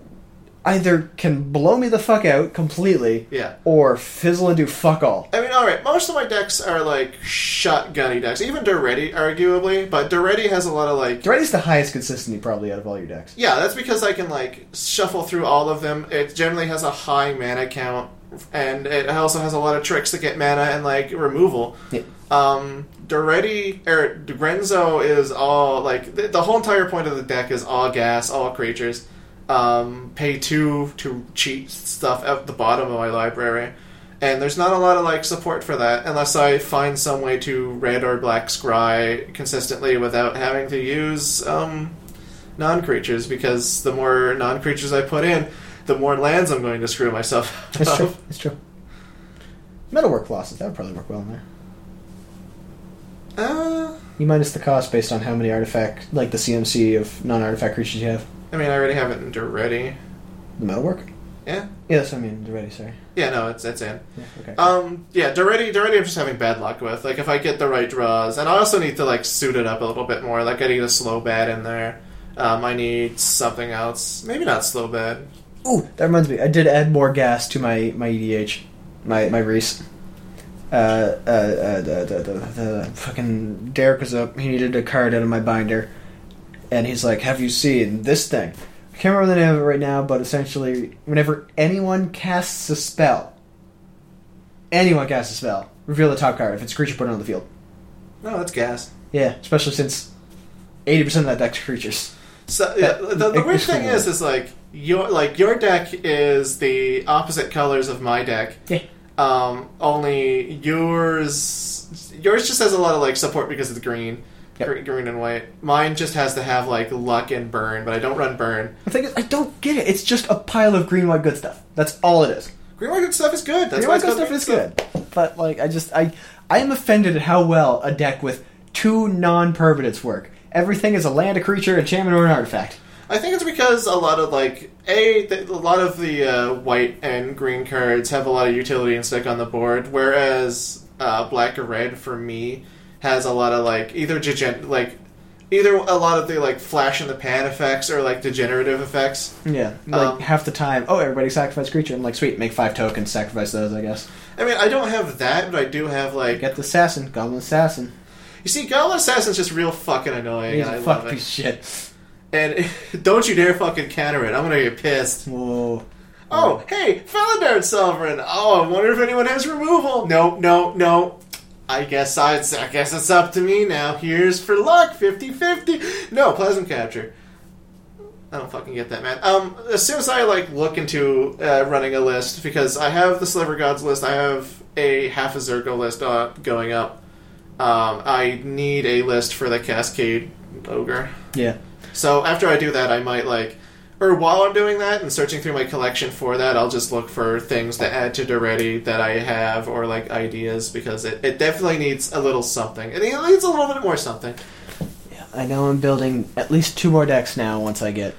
S2: either can blow me the fuck out completely,
S1: yeah.
S2: or fizzle and do fuck all.
S1: I mean, all right. Most of my decks are like shotgunny decks, even Duretti, arguably, but Duretti has a lot of like.
S2: Dreadi's the highest consistency probably out of all your decks.
S1: Yeah, that's because I can like shuffle through all of them. It generally has a high mana count, and it also has a lot of tricks to get mana and like removal.
S2: Yeah.
S1: Um, Doretti or Grenzo is all like the, the whole entire point of the deck is all gas, all creatures. Um, pay two to cheat stuff at the bottom of my library, and there's not a lot of like support for that unless I find some way to red or black scry consistently without having to use um, non creatures because the more non creatures I put in, the more lands I'm going to screw myself.
S2: It's
S1: out
S2: true.
S1: of.
S2: It's true. Metalwork losses that would probably work well in there.
S1: Uh,
S2: You minus the cost based on how many artifact, like the CMC of non-artifact creatures you have.
S1: I mean, I already have it in Doretti.
S2: The metalwork.
S1: Yeah.
S2: Yeah, that's what I mean. Ready? Sorry.
S1: Yeah, no, it's it's in.
S2: Yeah, okay.
S1: Um, yeah, Doretti, Doretti, I'm just having bad luck with. Like, if I get the right draws, and I also need to like suit it up a little bit more. Like, I need a slow bad in there. Um, I need something else. Maybe not slow bad.
S2: Ooh, that reminds me. I did add more gas to my my EDH, my my Reese. Uh, uh, uh, the, the, the, the fucking Derek was up. He needed a card out of my binder, and he's like, "Have you seen this thing?" I can't remember the name of it right now, but essentially, whenever anyone casts a spell, anyone casts a spell, reveal the top card. If it's a creature, put it on the field.
S1: No, that's gas.
S2: Yeah, especially since eighty percent of that deck's creatures.
S1: So yeah, the, the weird thing
S2: Excellent.
S1: is, is like your like your deck is the opposite colors of my deck.
S2: Yeah.
S1: Um, only yours, yours just has a lot of like support because it's green,
S2: Yep.
S1: green, green and white. Mine just has to have like luck and burn, but I don't run burn.
S2: The thing is, I don't get it. It's just a pile of green, white, good stuff. That's all it is.
S1: Green white good stuff is good. That's
S2: Your
S1: why
S2: West
S1: it's
S2: Coast
S1: called
S2: stuff is
S1: green
S2: good, but like I just I I am offended at how well a deck with two non-permanents work. Everything is a land, a creature, a enchantment, or an artifact.
S1: I think it's because a lot of like a th- a lot of the uh, white and green cards have a lot of utility and stick on the board, whereas uh, black or red for me has a lot of like either degen- like either a lot of the like flash in the pan effects or like degenerative effects.
S2: Yeah, like
S1: Um,
S2: half the time. Oh, everybody sacrifice creature. I'm like, sweet, make five tokens, sacrifice those. I guess.
S1: I mean, I don't have that, but I do have like
S2: Get the assassin, goblin assassin.
S1: you see, Goblin Assassin's just real fucking annoying.
S2: He's
S1: and I
S2: a
S1: love
S2: fuck
S1: it.
S2: piece of shit.
S1: And don't you dare fucking counter it. I'm gonna get pissed.
S2: Whoa.
S1: Oh, hey, Felidar Sovereign. Oh, I wonder if anyone has removal. No, no, no. I guess I, I guess it's up to me now. Here's for luck, 50-50. No, plasma capture. I don't fucking get that, man. Um, as soon as I like look into uh, running a list, because I have the Sliver Gods list, I have a half a Zergo list uh, going up. Um, I need a list for the Cascade Ogre.
S2: Yeah.
S1: So after I do that, I might like, or while I'm doing that and searching through my collection for that, I'll just look for things to add to Doretti that I have or like ideas because it, it definitely needs a little something. It needs a little bit more something.
S2: Yeah. I know I'm building at least two more decks now once I get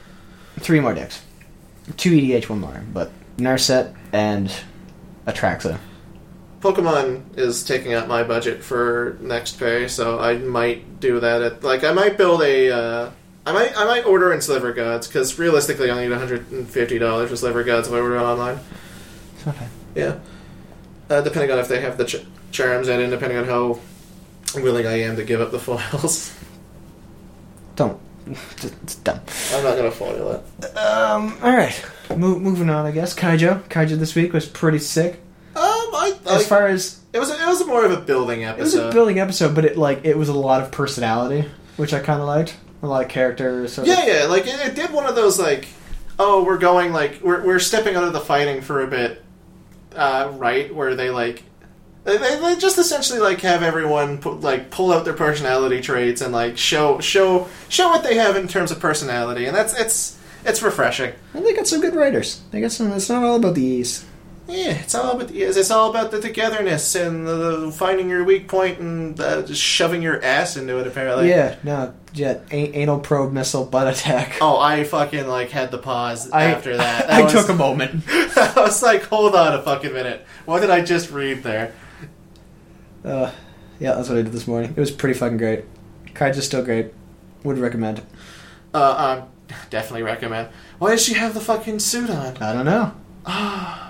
S2: three more decks. Two EDH, one more, but Narset and Atraxa.
S1: Pokemon is taking up my budget for next pay, so I might do that. At, like I might build a. Uh, I might, I might order in Sliver Gods because realistically, I need one hundred and fifty dollars for Sliver Gods if I order it online.
S2: It's okay.
S1: Yeah. Uh, depending on if they have the ch- charms in, and depending on how willing I am to give up the foils.
S2: Don't. It's dumb.
S1: I'm not going to foil it.
S2: Um, alright. Mo- moving on, I guess. Kaijo. Kaijo this week was pretty sick.
S1: Um, I, I uh,
S2: As far as
S1: it was a, it was more of a building
S2: It was
S1: episode.
S2: a building episode, but it like it was a lot of personality, which I kind of liked. A lot of character. So
S1: yeah, yeah, like it, it did one of those like, oh, we're going like we're we're stepping out of the fighting for a bit, uh, right? Where they like. They, they they just essentially like have everyone pu- like pull out their personality traits and like show show show what they have in terms of personality and that's it's it's refreshing.
S2: and they got some good writers. They got some. It's not all about the ease.
S1: Yeah, it's all about the, it's all about the togetherness and the, the finding your weak point and uh, just shoving your ass into it. Apparently,
S2: yeah, no, yeah, a- anal probe missile butt attack.
S1: Oh, I fucking like had the pause
S2: I,
S1: after that.
S2: I,
S1: That was-
S2: took a moment.
S1: I was like, hold on a fucking minute. What did I just read there?
S2: Uh, yeah, that's what I did this morning. It was pretty fucking great. Kaiju's still great. Would recommend.
S1: Uh, um, definitely recommend. Why does she have the fucking suit on?
S2: I don't know.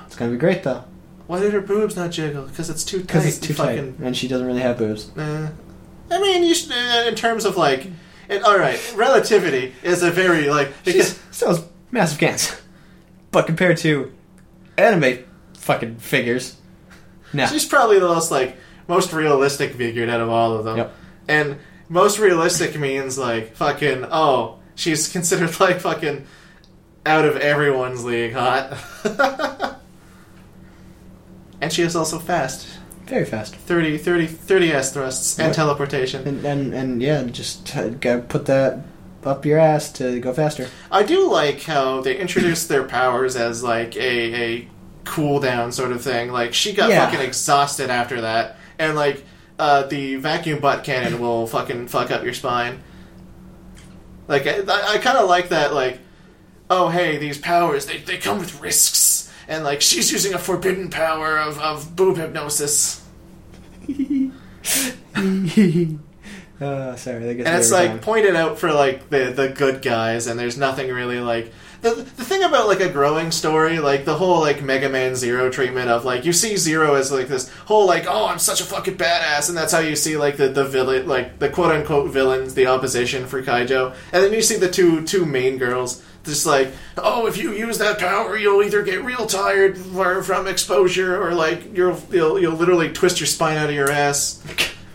S2: it's gonna be great though,
S1: Why did her boobs not jiggle? Because it's too tight.
S2: because it's too
S1: you fucking,
S2: tight, and she doesn't really have boobs.
S1: Uh, I mean, you should, uh, in terms of like, and all right, relativity is a very like because.
S2: She's still has massive cans, but compared to anime fucking figures, no.
S1: She's probably the most like most realistic figured out of all of them.
S2: Yep.
S1: And most realistic means like fucking oh, she's considered like fucking out of everyone's league hot. and she is also fast.
S2: Very fast.
S1: 30 30 30 s thrusts and
S2: What?
S1: teleportation.
S2: And and, and yeah, just uh, gotta put that up your ass to go faster.
S1: I do like how they introduced their powers as like a a cooldown sort of thing. Like she got
S2: Yeah.
S1: fucking exhausted after that, and like uh, the vacuum butt cannon will fucking fuck up your spine. Like I, I kind of like that. Like, oh hey, these powers they they come with risks, and like she's using a forbidden power of of boob hypnosis,
S2: uh, sorry, that gets
S1: and
S2: me
S1: it's
S2: every
S1: like
S2: time.
S1: pointed out for like the the good guys, and there's nothing really like. The, the thing about like a growing story, like the whole like Mega Man Zero treatment of like you see Zero as like this whole like oh I'm such a fucking badass, and that's how you see like the the villain like the quote unquote villains, the opposition for Kaijo, and then you see the two two main girls just like oh if you use that power you'll either get real tired or from exposure or like you'll you'll you'll literally twist your spine out of your ass.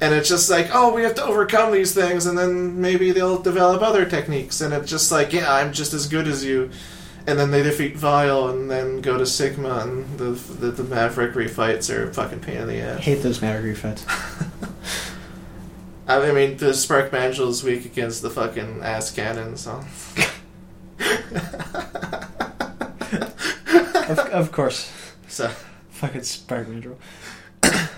S1: And it's just like, oh, we have to overcome these things, and then maybe they'll develop other techniques. And it's just like, yeah, I'm just as good as you and then they defeat Vile, and then go to Sigma, and the the, the Maverick refights are a fucking pain in the
S2: I
S1: ass.
S2: hate those Maverick fights.
S1: I mean, the Spark Mandrill is weak against the fucking ass cannon, so.
S2: of, of course,
S1: so
S2: fucking spark mandrel.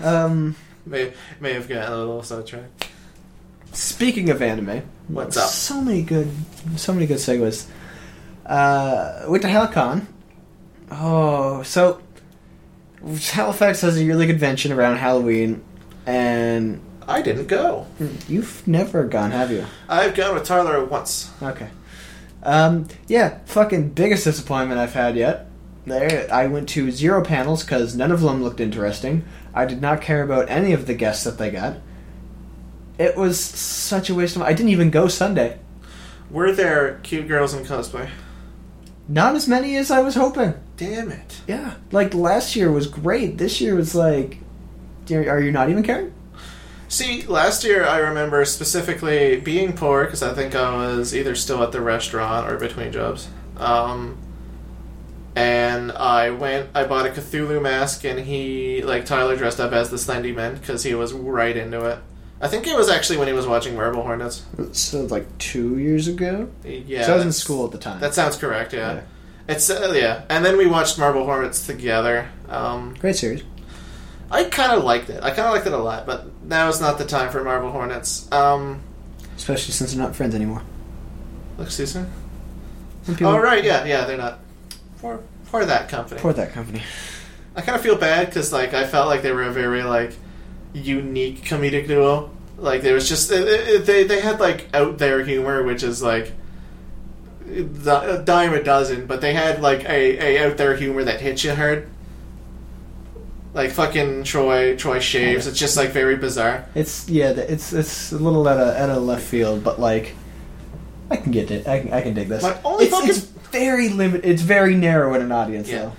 S2: um,
S1: may may have gotten a little sidetracked.
S2: speaking of anime,
S1: What's up?
S2: So many good, so many good segues. Uh, went to Helicon. Oh, so Halifax has a yearly convention around Halloween, and
S1: I didn't go.
S2: you've never gone, have you?
S1: I've gone with Tyler once.
S2: Okay. Um, yeah, fucking biggest disappointment I've had yet. There, I went to zero panels because none of them looked interesting. I did not care about any of the guests that they got. It was such a waste of. I didn't even go Sunday.
S1: Were there cute girls in cosplay?
S2: Not as many as I was hoping.
S1: Damn it.
S2: Yeah, like last year was great. This year was like, do- are you not even caring?
S1: See, last year I remember specifically being poor because I think I was either still at the restaurant or between jobs. Um, and I went, I bought a Cthulhu mask, and he, like Tyler, dressed up as the Slendy Man because he was right into it. I think it was actually when he was watching Marble Hornets.
S2: So like two years ago.
S1: Yeah,
S2: so I was in
S1: that's-
S2: school at the time.
S1: That sounds correct. Yeah,
S2: Yeah.
S1: it's uh, yeah. And then we watched Marble Hornets together. Um,
S2: great series.
S1: I kind of liked it. I kind of liked it a lot, but now is not the time for Marble Hornets. Um,
S2: Especially since they're not friends anymore.
S1: look, Susan.
S2: When people-
S1: Oh right, yeah, yeah, they're not. For for that company,
S2: Poor that company.
S1: I kind of feel bad because like I felt like they were a very like unique comedic duo. Like there was just they they, they had like out there humor, which is like a dime a dozen, but they had like a, a out there humor that hits you hard. Like fucking Troy Troy shaves. It's just like very bizarre.
S2: It's yeah, th- it's it's a little out of out of left field, but like, I can get it. I can, I can dig this.
S1: My only
S2: it's,
S1: fucking-
S2: it's very limit. It's very narrow in an audience,
S1: Yeah.
S2: though.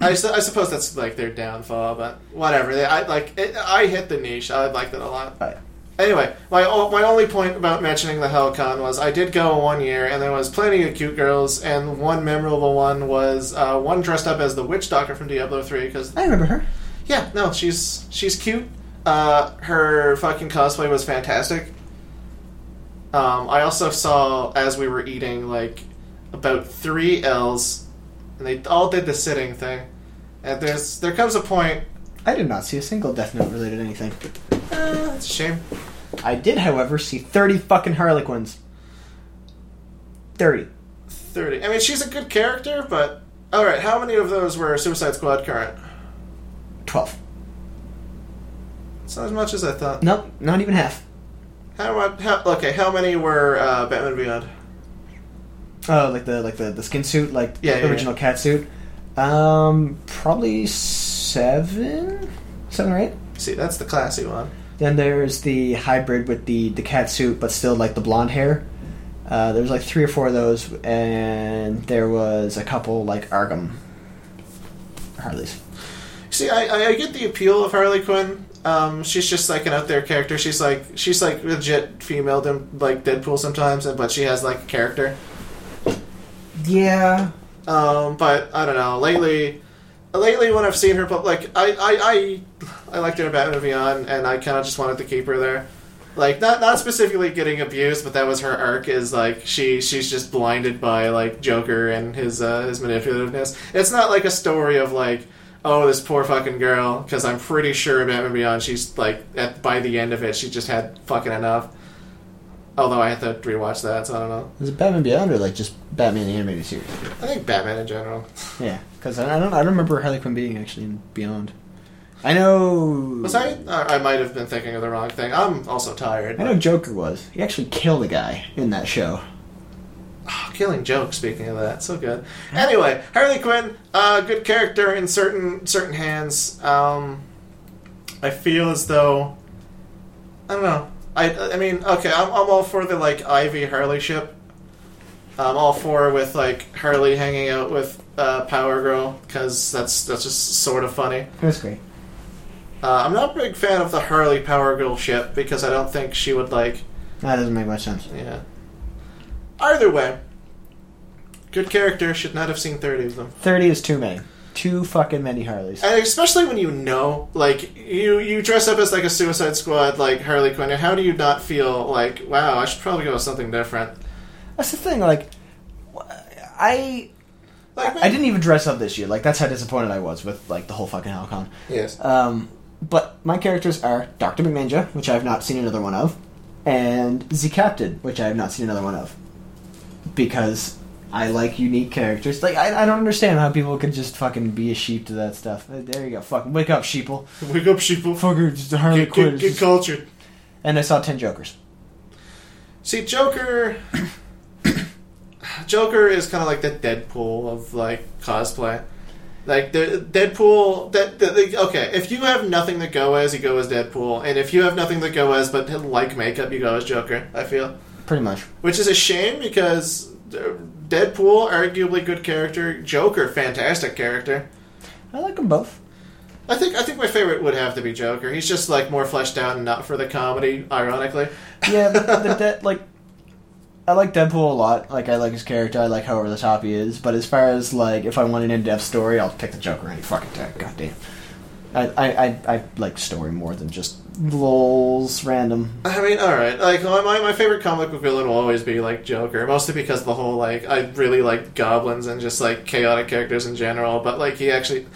S1: I, su- I suppose that's like their downfall, but whatever. They, I like it, I hit the niche. I liked it a lot.
S2: Right.
S1: Anyway, my o- my only point about mentioning the Helicon was I did go one year, and there was plenty of cute girls, and one memorable one was uh, one dressed up as the witch doctor from Diablo three because
S2: I remember her.
S1: yeah, no, she's she's cute. Uh, her fucking cosplay was fantastic. Um, I also saw as we were eating like about three L's, and they all did the sitting thing. And there's there comes a point.
S2: I did not see a single Death Note related anything.
S1: Uh, it's a shame.
S2: I did, however, see thirty fucking Harlequins. Thirty.
S1: Thirty. I mean, she's a good character, but all right. How many of those were Suicide Squad current?
S2: Twelve.
S1: It's not as much as I thought.
S2: Nope, not even half.
S1: How much? How, okay, how many were uh, Batman Beyond?
S2: Oh, like the like the, the skin suit, like
S1: Yeah, yeah,
S2: the original cat suit. Um, probably seven, seven or eight.
S1: See, that's the classy one.
S2: Then there's the hybrid with the the cat suit, but still like the blonde hair. Uh, there was like three or four of those, and there was a couple like Arkham Harleys.
S1: See, I, I, I get the appeal of Harley Quinn. Um, she's just like an out there character. She's like she's like legit female, dem- like Deadpool sometimes, but she has like a character.
S2: Yeah,
S1: Um, but I don't know. Lately, lately when I've seen her, but like I I I, I liked her in Batman Beyond, and I kind of just wanted to keep her there. Like not not specifically getting abused, but that was her arc. Is like she she's just blinded by like Joker and his uh, his manipulativeness. It's not like a story of like oh this poor fucking girl because I'm pretty sure in Batman Beyond she's like at by the end of it she just had fucking enough. Although I had to rewatch that, so I don't know.
S2: was it Batman Beyond or like just Batman the animated series?
S1: I think Batman in general.
S2: Yeah, because I, I don't I don't remember Harley Quinn being actually in Beyond. I know.
S1: Was I? I I might have been thinking of the wrong thing. I'm also tired.
S2: I know Joker was. He actually killed a guy in that show.
S1: Oh, killing joke. Speaking of that, so good. Anyway, Harley Quinn, uh, good character in certain certain hands. Um, I feel as though I don't know. I I mean, okay, I'm I'm all for the like Ivy Harley ship. I'm all for with like Harley hanging out with uh, Power Girl because that's that's just sort of funny.
S2: That's great.
S1: Uh, I'm not a big fan of the Harley Power Girl ship because I don't think she would like
S2: That doesn't make much sense.
S1: Yeah. Either way, good character should not have seen 30 of them.
S2: Thirty is too many. Too fucking many Harleys.
S1: And especially when you know, like, you, you dress up as, like, a Suicide Squad, like, Harley Quinn, and how do you not feel like, wow, I should probably go with something different?
S2: That's the thing. Like, wh- I
S1: Like,
S2: I didn't even dress up this year. Like, that's how disappointed I was with like the whole fucking Halcon.
S1: Yes.
S2: Um, but my characters are Doctor McManja, which I have not seen another one of, and Z Captain, which I have not seen another one of, because I like unique characters. Like, I, I don't understand how people could just fucking be a sheep to that stuff. Uh, There you go. Fucking wake up, sheeple.
S1: Wake up, sheeple.
S2: Fucker, just Harley
S1: Get,
S2: Quinn.
S1: get,
S2: is
S1: get
S2: just-
S1: cultured.
S2: And I saw ten Jokers.
S1: See, Joker. Joker is kind of like the Deadpool of like cosplay. Like the Deadpool, that the, the, okay. If you have nothing to go as, you go as Deadpool, and if you have nothing to go as but like makeup, you go as Joker. I feel
S2: pretty much.
S1: which is a shame because uh, Deadpool, arguably good character, Joker, fantastic character.
S2: I like them both.
S1: I think I think my favorite would have to be Joker. He's just like more fleshed out and not for the comedy, ironically.
S2: Yeah, but the de- like I like Deadpool a lot. Like I like his character. I like how over the top he is. But as far as like if I want an in-depth story, I'll pick the Joker any fucking time. Goddamn. I, I, I, I like story more than just lols random.
S1: I mean, all right. Like my my my favorite comic book villain will always be like Joker, mostly because the whole like I really like goblins and just like chaotic characters in general. But like he actually,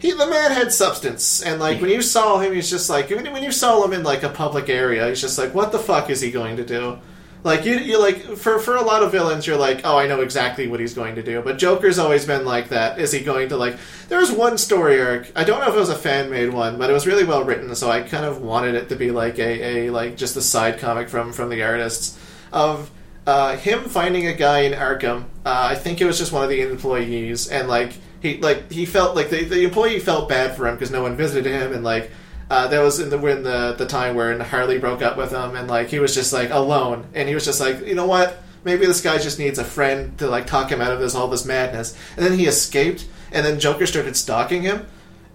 S1: he the man had substance, and like when you saw him, he's just like when, when you saw him in like a public area, he's just like, what the fuck is he going to do? Like you, you like for for a lot of villains, you're like, oh, I know exactly what he's going to do. But Joker's always been like that. Is he going to like? There was one story arc. I don't know if it was a fan made one, but it was really well written. So I kind of wanted it to be like a, a like just a side comic from from the artists of uh, him finding a guy in Arkham. Uh, I think it was just one of the employees, and like he like he felt like the, the employee felt bad for him because no one visited him, and like uh, that was in the when the the time where Harley broke up with him, and like he was just like alone, and he was just like, you know what? Maybe this guy just needs a friend to like talk him out of this all this madness. And then he escaped, and then Joker started stalking him,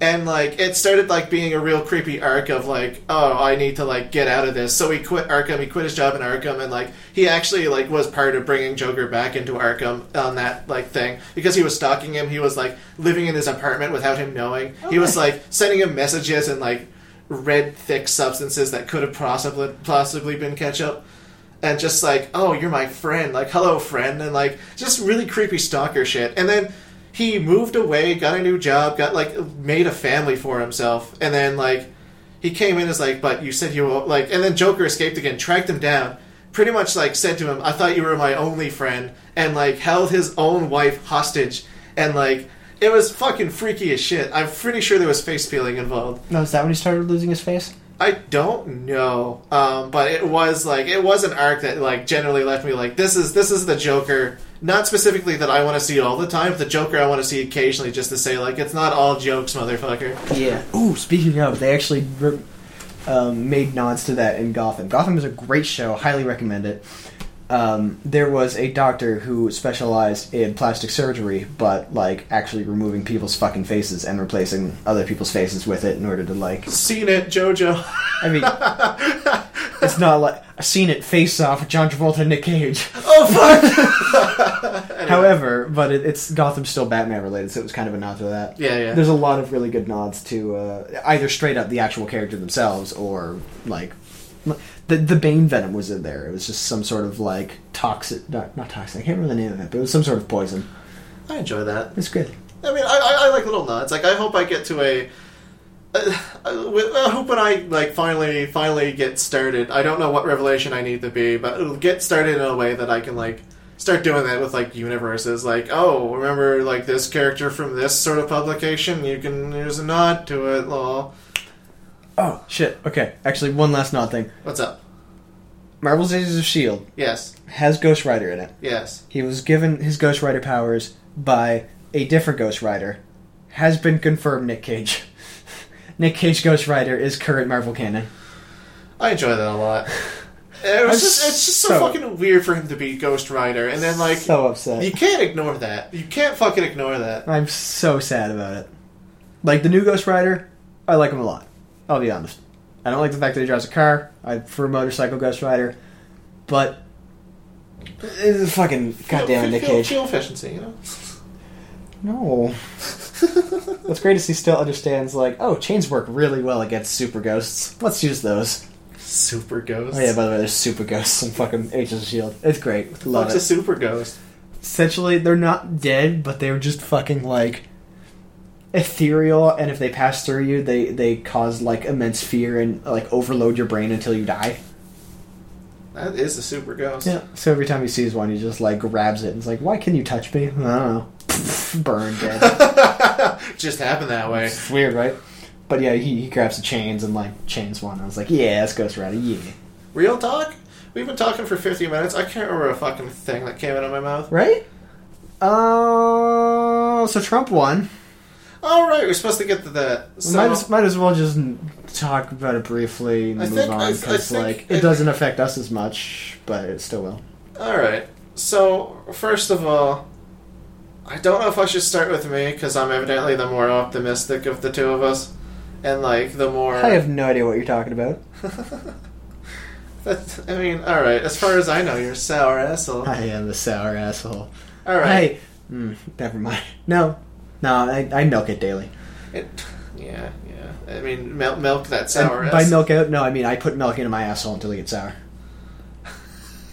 S1: and like it started like being a real creepy arc of like, oh, I need to like get out of this. So he quit Arkham. He quit his job in Arkham, and like he actually like was part of bringing Joker back into Arkham on that like thing because he was stalking him. He was like living in his apartment without him knowing. He was like sending him messages and like red thick substances that could have possibly possibly been ketchup and just like oh you're my friend like hello friend and like just really creepy stalker shit and then he moved away got a new job got like made a family for himself and then like he came in as like but you said you were like and then joker escaped again tracked him down pretty much like said to him i thought you were my only friend and like held his own wife hostage and like it was fucking freaky as shit i'm pretty sure there was face peeling involved
S2: No, Oh, is that when he started losing his face?
S1: I don't know, um, but it was like it was an arc that like generally left me like this is this is the Joker. Not specifically that I want to see all the time, but the Joker I want to see occasionally, just to say like it's not all jokes, motherfucker.
S2: Yeah. Ooh, speaking of, they actually re- um, made nods to that in Gotham. Gotham is a great show. Highly recommend it. Um, there was a doctor who specialized in plastic surgery, but like actually removing people's fucking faces and replacing other people's faces with it in order to like.
S1: Seen it, JoJo.
S2: I mean, it's not like I've seen it face off with John Travolta and Nick Cage.
S1: oh fuck. Anyway.
S2: However, but it, it's Gotham's still Batman related, so it was kind of a nod to that.
S1: yeah, yeah.
S2: There's a lot of really good nods to uh, either straight up the actual character themselves or like the the Bane venom was in there. It was just some sort of like toxic, not, not toxic. I can't remember the name of it, but it was some sort of poison.
S1: I enjoy that.
S2: It's good.
S1: I mean, I, I, I like little nods. Like, I hope I get to a. Uh, I hope when I like finally finally get started, I don't know what revelation I need to be, but it'll get started in a way that I can like start doing that with like universes. Like, oh, remember like this character from this sort of publication? You can there's a nod to it. Lol.
S2: Oh shit. Okay, actually, one last nod thing.
S1: What's up?
S2: Marvel's Agents of Shield
S1: Yes,
S2: E has Ghost Rider in it.
S1: yes.
S2: He was given his Ghost Rider powers by a different Ghost Rider. Has been confirmed Nick Cage. Nick Cage Ghost Rider is current Marvel canon.
S1: I enjoy that a lot. It was
S2: I'm
S1: just, it's just so,
S2: so-
S1: fucking weird for him to be Ghost Rider, and then like
S2: so upset.
S1: you can't ignore that. You can't fucking ignore that.
S2: I'm so sad about it. Like the new Ghost Rider, I like him a lot. I'll be honest. I don't like the fact that he drives a car. I prefer motorcycle Ghost Rider, but it's fucking goddamn it, Nick
S1: Fuel- fuel-
S2: Cage.
S1: Fuel efficiency, you know.
S2: No. What's great is he still understands like, oh, chains work really well against super ghosts. Let's use those.
S1: Super ghost.
S2: Oh yeah, by the way, there's super ghosts and fucking Agents of Shield. E It's great. Love
S1: What's a
S2: it.
S1: super ghost?
S2: Essentially, they're not dead, but they're just fucking like ethereal. And if they pass through you, they they cause like immense fear and like overload your brain until you die.
S1: That is a super ghost.
S2: Yeah. So every time he sees one, he just like grabs it and is like, "Why can you touch me?" I don't know. Burn dead.
S1: Just happened that way.
S2: It's weird, right? But yeah, he, he grabs the chains and like chains one. I was like, yeah, that's Ghost Rider, yeah.
S1: Real talk? We've been talking for 50 minutes. I can't remember a fucking thing that came out of my mouth.
S2: Right? Uh, so Trump won.
S1: All right, we're supposed to get to that. So,
S2: might, as, might as well just talk about it briefly and
S1: I
S2: move
S1: think- I- I
S2: on because
S1: think
S2: like
S1: it-
S2: it doesn't affect us as much, but it still will.
S1: all right. So first of all, I don't know if I should start with me because I'm evidently the more optimistic of the two of us, and like the more.
S2: I have no idea what you're talking about.
S1: That's, I mean, all right. As far as I know, you're a sour asshole.
S2: I am the sour asshole.
S1: All right.
S2: I, mm, never mind. No, no, I, I milk it daily.
S1: It, yeah, yeah. I mean, milk, milk that
S2: And
S1: sour
S2: by
S1: ass-
S2: milk out, no, I mean I put milk into my asshole until it gets sour.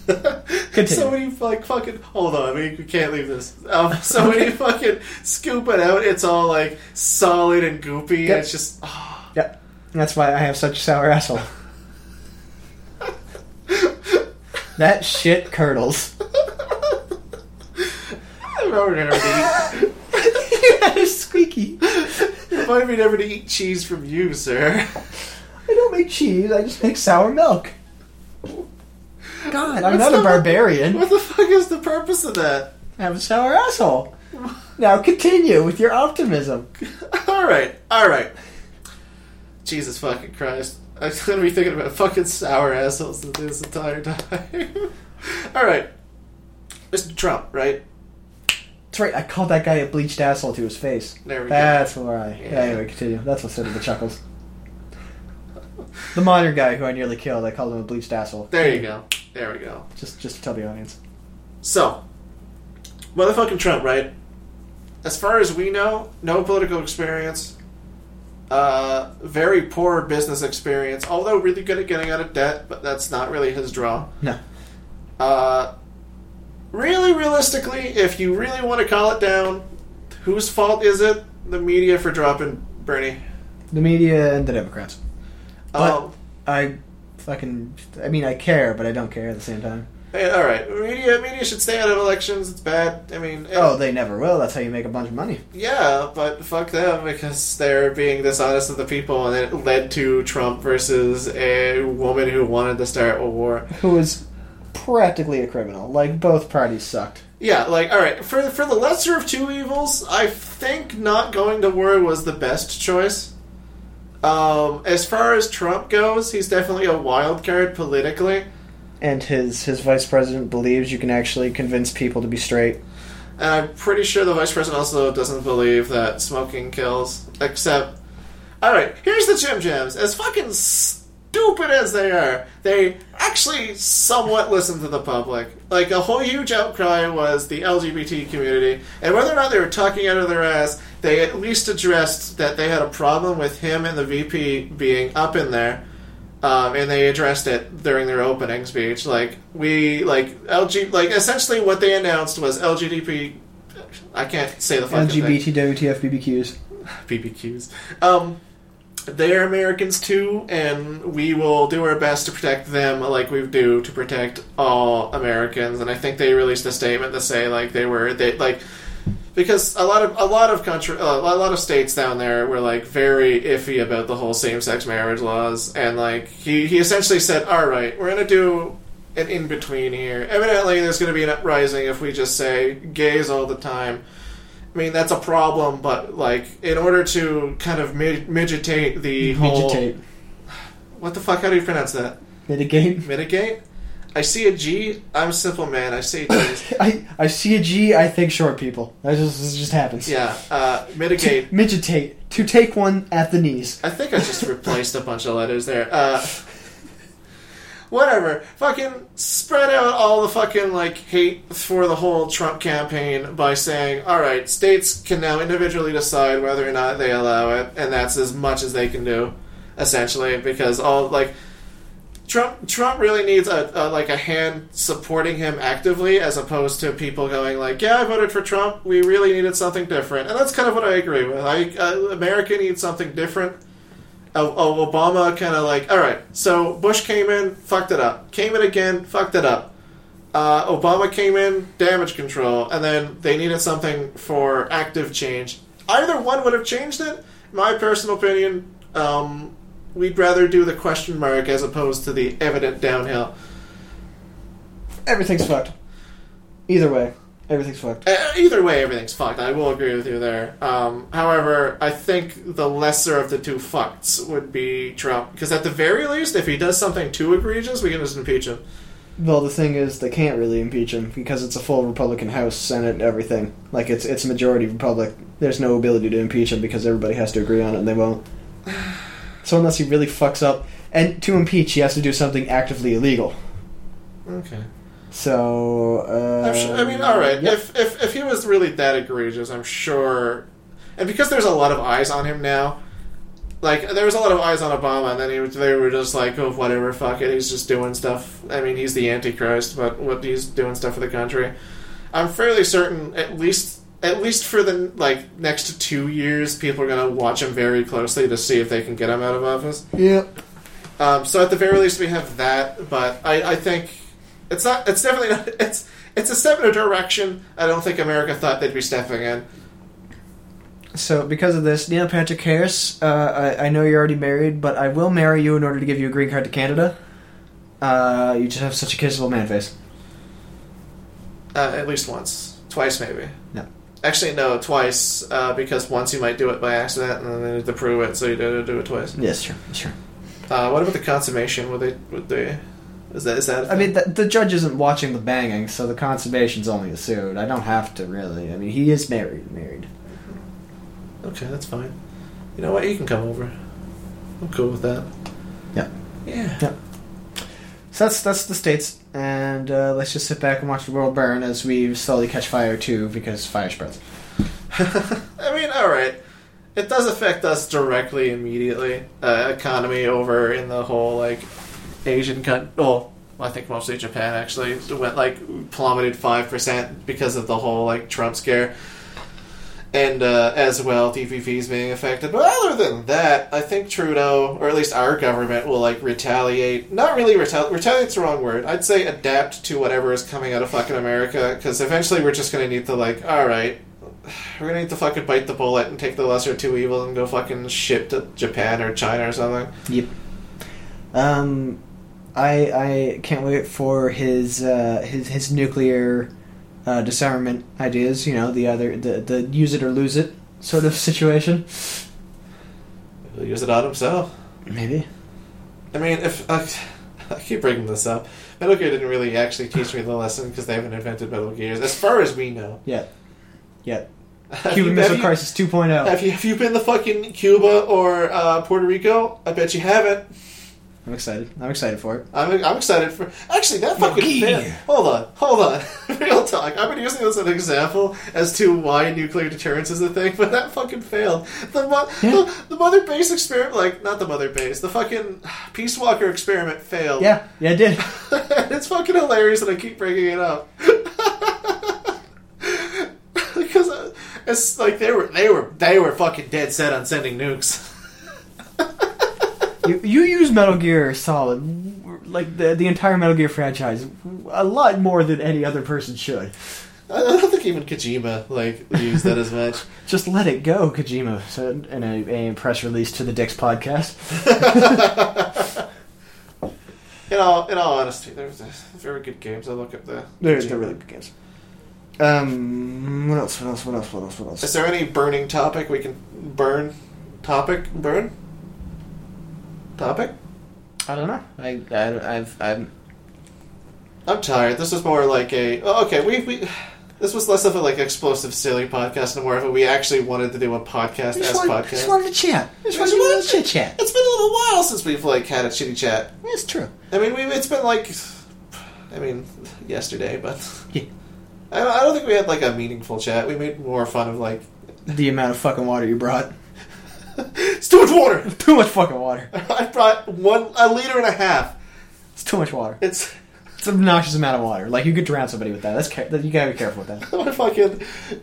S1: So when you like fucking hold on, we, we can't leave this. Um, so when you fucking scoop it out, it's all like solid and goopy, and
S2: Yep.
S1: it's just ah.
S2: Yep, that's why I have such a sour asshole. that shit curdles.
S1: I remember never to eat.
S2: that is squeaky.
S1: Remind me never to eat cheese from you, sir.
S2: I don't make cheese. I just make sour milk. God,
S1: What's
S2: I'm not
S1: the-
S2: a barbarian.
S1: What the fuck is the purpose of that?
S2: I have a sour asshole. Now continue with your optimism.
S1: All right, all right. Jesus fucking Christ! I'm gonna be thinking about fucking sour assholes this entire time. all right, Mr. Trump, right?
S2: That's right. I called that guy a bleached asshole to his face.
S1: There we go.
S2: That's where I.
S1: Yeah.
S2: Yeah. Anyway, continue. That's what's in the chuckles. The modern guy who I nearly killed, I called him a bleached asshole.
S1: There you go. There we go.
S2: Just, just to tell the audience.
S1: So, motherfucking Trump, right? As far as we know, no political experience, uh, very poor business experience, although really good at getting out of debt, but that's not really his draw.
S2: No.
S1: Uh, really, realistically, if you really want to call it down, whose fault is it? The media for dropping Bernie.
S2: The media and the Democrats.
S1: Oh,
S2: I fucking. I mean, I care, but I don't care at the same time.
S1: hey, all right. Media, media should stay out of elections. It's bad. I mean,
S2: Oh, they never will. That's how you make a bunch of money.
S1: Yeah, but fuck them because they're being dishonest with the people, and it led to Trump versus a woman who wanted to start a war.
S2: Who is practically a criminal. Like, both parties sucked.
S1: Yeah, like all right, for for the lesser of two evils, I think not going to war was the best choice. Um, as far as Trump goes, he's definitely a wild card politically.
S2: And his, his vice president believes you can actually convince people to be straight.
S1: And I'm pretty sure the vice president also doesn't believe that smoking kills. Except, all right, here's the Jim Jams. As fucking stupid as they are, they actually somewhat listen to the public. Like a whole huge outcry was the LGBT community, and whether or not they were talking out of their ass, they at least addressed that they had a problem with him and the VP being up in there. Um, and they addressed it during their opening speech. Like we like LG like essentially what they announced was LGBT. I can't say the fucking thing.
S2: LGBT, WTF, BBQs.
S1: BBQs. Um, they're Americans too, and we will do our best to protect them, like we do to protect all Americans. And I think they released a statement to say like they were they like because a lot of a lot of country a lot of states down there were like very iffy about the whole same sex marriage laws, and like he he essentially said, all right, we're gonna do. An in between here. Evidently, there's going to be an uprising if we just say gays all the time. I mean, that's a problem, but like, in order to kind of mid- midgetate the whole.
S2: Vegetate.
S1: What the fuck? How do you pronounce that?
S2: Mitigate.
S1: Mitigate? I see a G. I'm a simple man. I see G's.
S2: I, I see a G, I think short people. That just, this just happens.
S1: yeah, uh, mitigate.
S2: Midgetate. To take one at the knees.
S1: I think I just replaced a bunch of letters there. Uh, whatever. Fucking spread out all the fucking like hate for the whole Trump campaign by saying, "All right, states can now individually decide whether or not they allow it, and that's as much as they can do, essentially." Because all like Trump, Trump really needs a, a like a hand supporting him actively, as opposed to people going like, "Yeah, I voted for Trump. We really needed something different," and that's kind of what I agree with. I uh, America needs something different. Oh, oh, Obama kind of like, all right, so Bush came in, fucked it up. Came in again, fucked it up. Uh, Obama came in, damage control, and then they needed something for active change. Either one would have changed it. My personal opinion, um, we'd rather do the question mark as opposed to the evident downhill.
S2: Everything's fucked. Either way. Everything's fucked.
S1: Uh, either way, everything's fucked. I will agree with you there. Um, however, I think the lesser of the two fucks would be Trump. Because at the very least, if he does something too egregious, we can just impeach him.
S2: Well, the thing is, they can't really impeach him because it's a full Republican House, Senate, everything. Like it's it's majority Republic. There's no ability to impeach him because everybody has to agree on it, and they won't. So unless he really fucks up, and to impeach, he has to do something actively illegal.
S1: Okay.
S2: So uh,
S1: I'm su I mean, all right.
S2: yep.
S1: If, if if he was really that egregious, I'm sure. And because there's a lot of eyes on him now, like there was a lot of eyes on Obama, and then he, was- they were just like, "Oh, whatever, fuck it." He's just doing stuff. I mean, he's the Antichrist, but what he's doing stuff for the country. I'm fairly certain, at least at least for the like next two years, people are gonna watch him very closely to see if they can get him out of office.
S2: Yep.
S1: Um, so at the very least, we have that. But I, I think it's not. It's definitely not. It's it's a step in a direction I don't think America thought they'd be stepping in.
S2: So because of this, Neil Patrick Harris, uh, I, I know you're already married, but I will marry you in order to give you a green card to Canada. Uh, you just have such a kissable man face.
S1: Uh, at least once, twice maybe.
S2: No.
S1: Actually, no, twice uh, because once you might do it by accident, and then they need to prove it, so you do do it twice.
S2: Yes, sure, sure.
S1: Uh, what about the consummation? Would they? Would they? Is that? Is that? a
S2: I mean,
S1: thing?
S2: the, the judge isn't watching the banging, so the consummation's only assumed. I don't have to really. I mean, he is married, married.
S1: okay, that's fine. You know what? You can come over. I'm cool with that.
S2: Yeah.
S1: Yeah.
S2: Yeah. So that's that's the states, and uh, let's just sit back and watch the world burn as we slowly catch fire too, because fire spreads.
S1: I mean, all right. It does affect us directly, immediately. Uh, economy over in the whole like Asian country. Well, I think mostly Japan actually went like plummeted five percent because of the whole like Trump scare, and uh, as well TPPs being affected. But other than that, I think Trudeau, or at least our government, will like retaliate. Not really retaliate. Retaliate's the wrong word. I'd say adapt to whatever is coming out of fucking America because eventually we're just gonna need to like, all right, we're gonna need to fucking bite the bullet and take the lesser of two evils and go fucking ship to Japan or China or something.
S2: Yep. Um, I I can't wait for his uh, his his nuclear uh, disarmament ideas. You know, the other the the use it or lose it sort of situation.
S1: He'll use it on himself.
S2: Maybe.
S1: I mean, if I, I keep bringing this up, Metal Gear didn't really actually teach me the lesson because they haven't invented Metal Gears, as far as we know.
S2: Yeah. Yeah.
S1: Have
S2: Cuban
S1: you-
S2: Missile
S1: have you-
S2: Crisis oh. 2.0.
S1: Have you have you been to fucking Cuba or uh, Puerto Rico? I bet you haven't.
S2: I'm excited. I'm excited for it.
S1: I'm, I'm excited for actually that
S2: Metal
S1: fucking
S2: Gear.
S1: that- hold on hold on real talk I've been using this as an example as to why nuclear deterrence is a thing but that fucking failed the mo-
S2: Yeah.
S1: the, the mother base experiment like not the mother base the fucking Peace Walker experiment failed
S2: Yeah. Yeah, I did.
S1: it's fucking hilarious that I keep bringing it up because uh, it's like they were they were they were fucking dead set on sending nukes
S2: you, you use Metal Gear Solid, like the the entire Metal Gear franchise, a lot more than any other person should.
S1: I I don't think even Kojima like used that as much.
S2: Just let it go, Kojima said in a, a press release to the Dix podcast.
S1: In all, in all honesty, there's uh, very good games. I look up the.
S2: good games. Um, what else? What else? What else? What else? What
S1: Is
S2: else?
S1: there any burning topic we can burn? Topic burn. Topic.
S2: I don't know. I, I I've I'm
S1: I'm tired. This was more like a. oh, okay, we we. This was less of a like explosive silly podcast and more of a we actually wanted to do a podcast as
S2: just, wanted,
S1: podcast.
S2: just wanted to chat. Just wanted to do a little chit chat.
S1: It's been a little while since we've like had a shitty chat.
S2: It's true.
S1: I mean, we it's been like, I mean, yesterday, but
S2: Yeah.
S1: I don't, I don't think we had like a meaningful chat. We made more fun of like
S2: The amount of fucking water you brought.
S1: it's too much water.
S2: Too much fucking water.
S1: I brought one a liter and a half.
S2: It's too much water.
S1: It's
S2: It's an obnoxious amount of water. Like you could drown somebody with that. That's ca- you gotta be careful with that.
S1: my fucking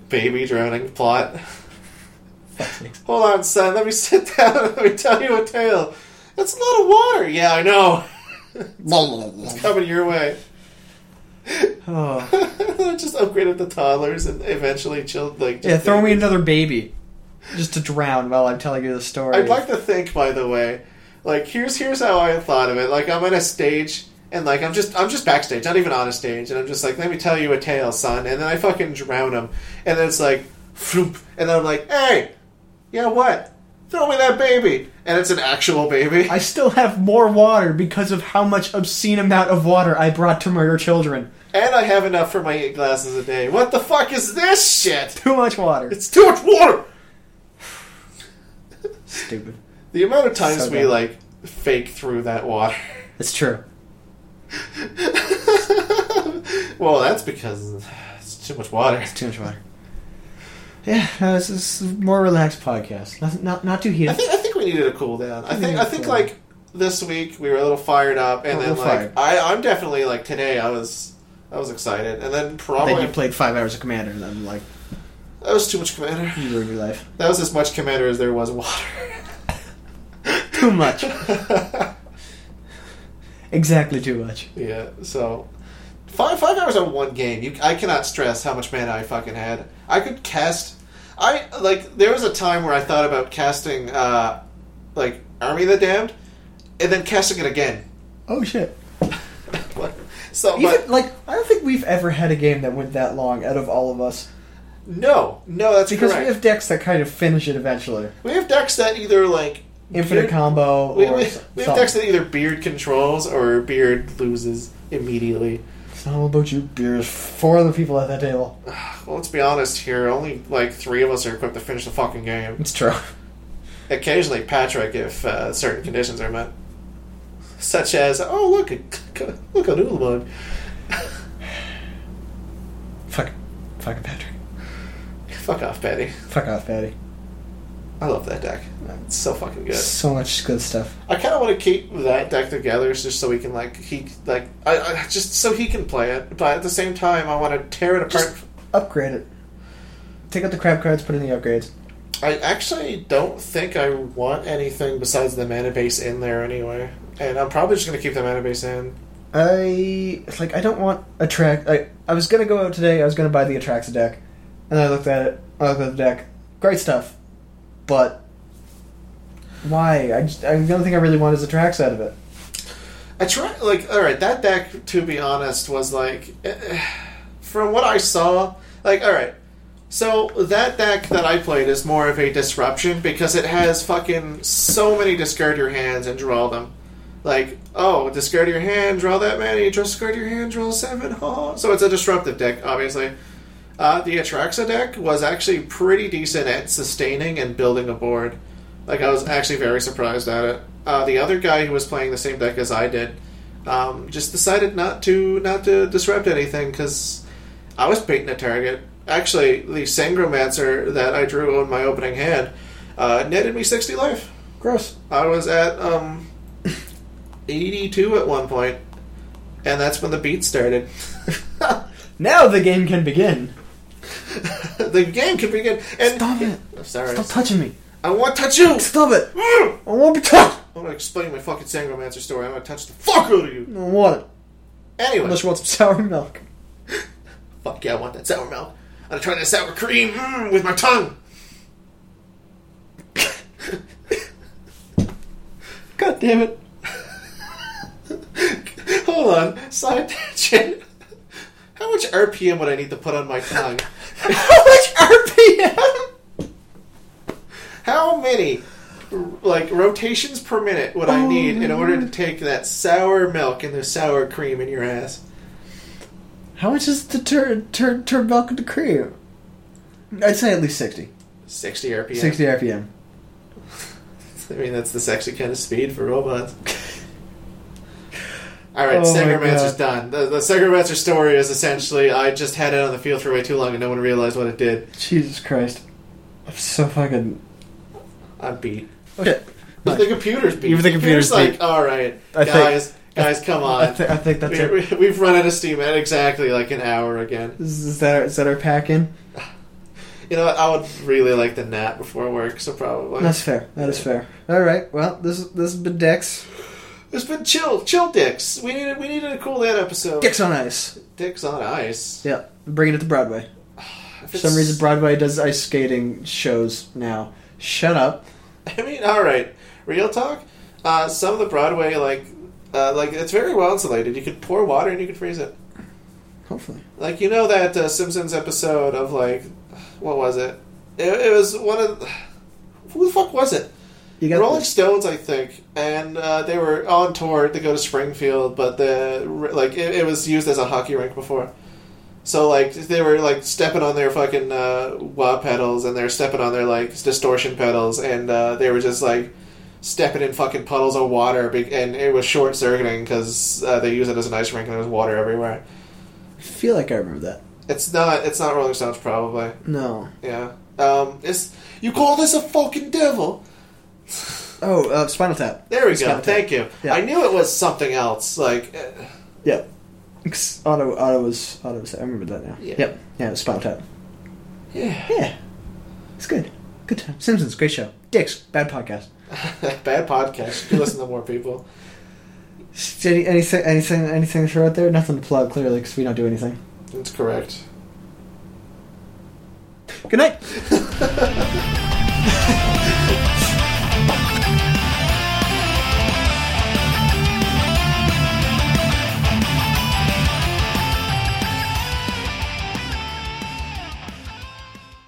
S1: baby drowning plot. Hold on, son. Let me sit down. and Let me tell you a tale. That's a lot of water. Yeah, I know. Coming your way.
S2: oh.
S1: I just upgraded the toddlers and eventually chilled. Like
S2: Yeah, throw me another baby, just to drown while I'm telling you the story.
S1: I'd like to think, by the way, like here's here's how I thought of it. Like I'm on a stage And like I'm just I'm just backstage, not even on a stage, and I'm just like, let me tell you a tale, son. And then I fucking drown him, and then it's like, floop, and then I'm like, hey, yeah, what? Throw me that baby, and it's an actual baby.
S2: I still have more water because of how much obscene amount of water I brought to murder children.
S1: and I have enough for my eight glasses a day. What the fuck is this shit?
S2: Too much water.
S1: It's too much water.
S2: stupid.
S1: The amount of times
S2: So
S1: we
S2: dumb.
S1: like fake through that water.
S2: It's true.
S1: well, that's because it's too much water.
S2: It's too much water. Yeah, no, this is a more relaxed podcast. Not not, not too
S1: I
S2: heated.
S1: think I think we needed a cool down. I think I think
S2: Yeah.
S1: like this week we were a little fired up, and
S2: A
S1: then
S2: little
S1: like
S2: fired.
S1: I, I'm definitely like today I was I was excited, and then probably
S2: Then you played five hours of Commander, and I'm like,
S1: that was too much commander.
S2: you ruined your life.
S1: That was as much commander as there was water.
S2: Too much. Exactly too much.
S1: yeah, so five five hours on one game. You I cannot stress how much mana I fucking had. I could cast. I like there was a time where I thought about casting uh like Army of the Damned, and then casting it again.
S2: Oh shit.
S1: so
S2: Even
S1: but,
S2: like I don't think we've ever had a game that went that long out of all of us
S1: no, no, that's
S2: because
S1: correct.
S2: we have decks that kind of finish it eventually.
S1: We have decks that either like
S2: Infinite
S1: beard-
S2: combo
S1: We,
S2: or
S1: we,
S2: so-
S1: we have
S2: something.
S1: decks that either beard controls or beard loses immediately.
S2: It's not all about you, beers. Four other people at that table.
S1: Well, let's be honest here. Only like three of us are equipped to finish the fucking game.
S2: It's true.
S1: Occasionally, Patrick, if uh, certain conditions are met, such as oh look, a- look a Ulamog.
S2: Fuck, fucking Patrick.
S1: Fuck off, Patty.
S2: Fuck off, Patty.
S1: I love that deck. It's so fucking good.
S2: So much good stuff.
S1: I kind of want to keep that deck together just so we can like he like I, I just so he can play it, but at the same time I want to tear it apart.
S2: Just- Upgrade it. Take out the crap cards. Put in the upgrades.
S1: I actually don't think I want anything besides the mana base in there anyway. And I'm probably just going to keep the mana base in.
S2: I it's like. I don't want a track. I I was gonna go out today. I was gonna buy the Atraxa deck, and I looked at it. I looked at the deck. Great stuff, but why? I just, I- the only thing I really want is Atraxa out of it.
S1: I try like all right, that deck to be honest was like eh, from what I saw, like all right. So that deck that I played is more of a disruption because it has fucking so many discard your hands and draw them. Like, oh, discard your hand, draw that many, discard your hand, draw seven. Oh. So it's a disruptive deck, obviously. Uh, the Atraxa deck was actually pretty decent at sustaining and building a board. Like, I was actually very surprised at it. Uh, the other guy who was playing the same deck as I did um, just decided not to not to disrupt anything because I was baiting a target. Actually, the Sangromancer that I drew on my opening hand uh, netted me 60 life.
S2: Gross.
S1: I was at um, 82 at one point, and that's when the beat started.
S2: Now the game can begin.
S1: the game could begin. And
S2: Stop it.
S1: I'm sorry.
S2: Stop touching me.
S1: I want to touch you.
S2: Stop it.
S1: Mm!
S2: I won't be touched.
S1: I'm gonna explain my fucking Sangromancer story. I'm gonna touch the fuck out of you.
S2: I don't want it.
S1: Anyway,
S2: Unless you want some sour milk.
S1: fuck yeah, I want that sour milk. I'm gonna try that sour cream mm, with my tongue.
S2: God damn it.
S1: Hold on, side tangent. How much RPM would I need to put on my tongue?
S2: How much RPM?
S1: How many like rotations per minute would I need in order to
S2: Um.
S1: take that sour milk and the sour cream in your ass?
S2: How much is the tur tur tur milk to cream? I'd say at least 60.
S1: 60 RPM.
S2: 60 RPM.
S1: I mean, that's the sexy kind of speed for robots. All right,
S2: Oh my
S1: Segromancer's
S2: God.
S1: done. The, the Segromancer story is essentially I just had it on the field for way too long and no one realized what it did.
S2: Jesus Christ. I'm so fucking.
S1: I'm beat.
S2: Okay.
S1: The computer's beat.
S2: Even the computer's
S1: like,
S2: beat.
S1: all right,
S2: I think-
S1: guys, guys, come on.
S2: I, th- I think that's it.
S1: we, we, we've run out of steam at exactly like an hour again.
S2: Is, is that our, is that our pack in?
S1: You know, what? I would really like the nap before work, so probably.
S2: That's fair. That is fair. All right. Well, this is- this has been Dex.
S1: It's been chill, chill dicks. We needed, we needed a cool that episode.
S2: Dex on ice.
S1: Dicks on ice.
S2: Yeah, bringing it to Broadway.
S1: If
S2: For
S1: it's-
S2: some reason, Broadway does ice skating shows now. Shut up.
S1: I mean, all right, real talk. Uh, some of the Broadway like Uh, like it's very well insulated. You could pour water and you could freeze it.
S2: Hopefully.
S1: Like you know that uh, Simpsons episode of like, what was it? It, it was one of who the fuck was it?
S2: You
S1: Rolling Stones, I think, and uh, they were on tour to go to Springfield, but the like it, it was used as a hockey rink before. So like they were like stepping on their fucking uh, wah pedals, and they were stepping on their like distortion pedals, and uh, they were just like stepping in fucking puddles of water, be- and it was short circuiting because uh, they use it as an ice rink, and there's water everywhere.
S2: I feel like I remember that.
S1: It's not it's not Rolling Stones probably.
S2: No.
S1: Yeah. Um, it's you call this a fucking devil.
S2: Oh, uh, Spinal Tap.
S1: There we
S2: Spinal
S1: go.
S2: Tap.
S1: Thank you.
S2: Yeah.
S1: I knew it was something else. Like, uh,
S2: Yep. Ex- Auto, auto was, auto was. I remember that now.
S1: Yeah.
S2: Yep. Yeah, it was Spinal Tap.
S1: yeah,
S2: Yeah, it's good. Good time. Simpsons, great show. Dicks, bad podcast.
S1: bad podcast. You should listen to more people.
S2: Any, anything, anything, anything to throw out there? Nothing to plug, clearly, because we don't do anything.
S1: That's correct.
S2: Good night.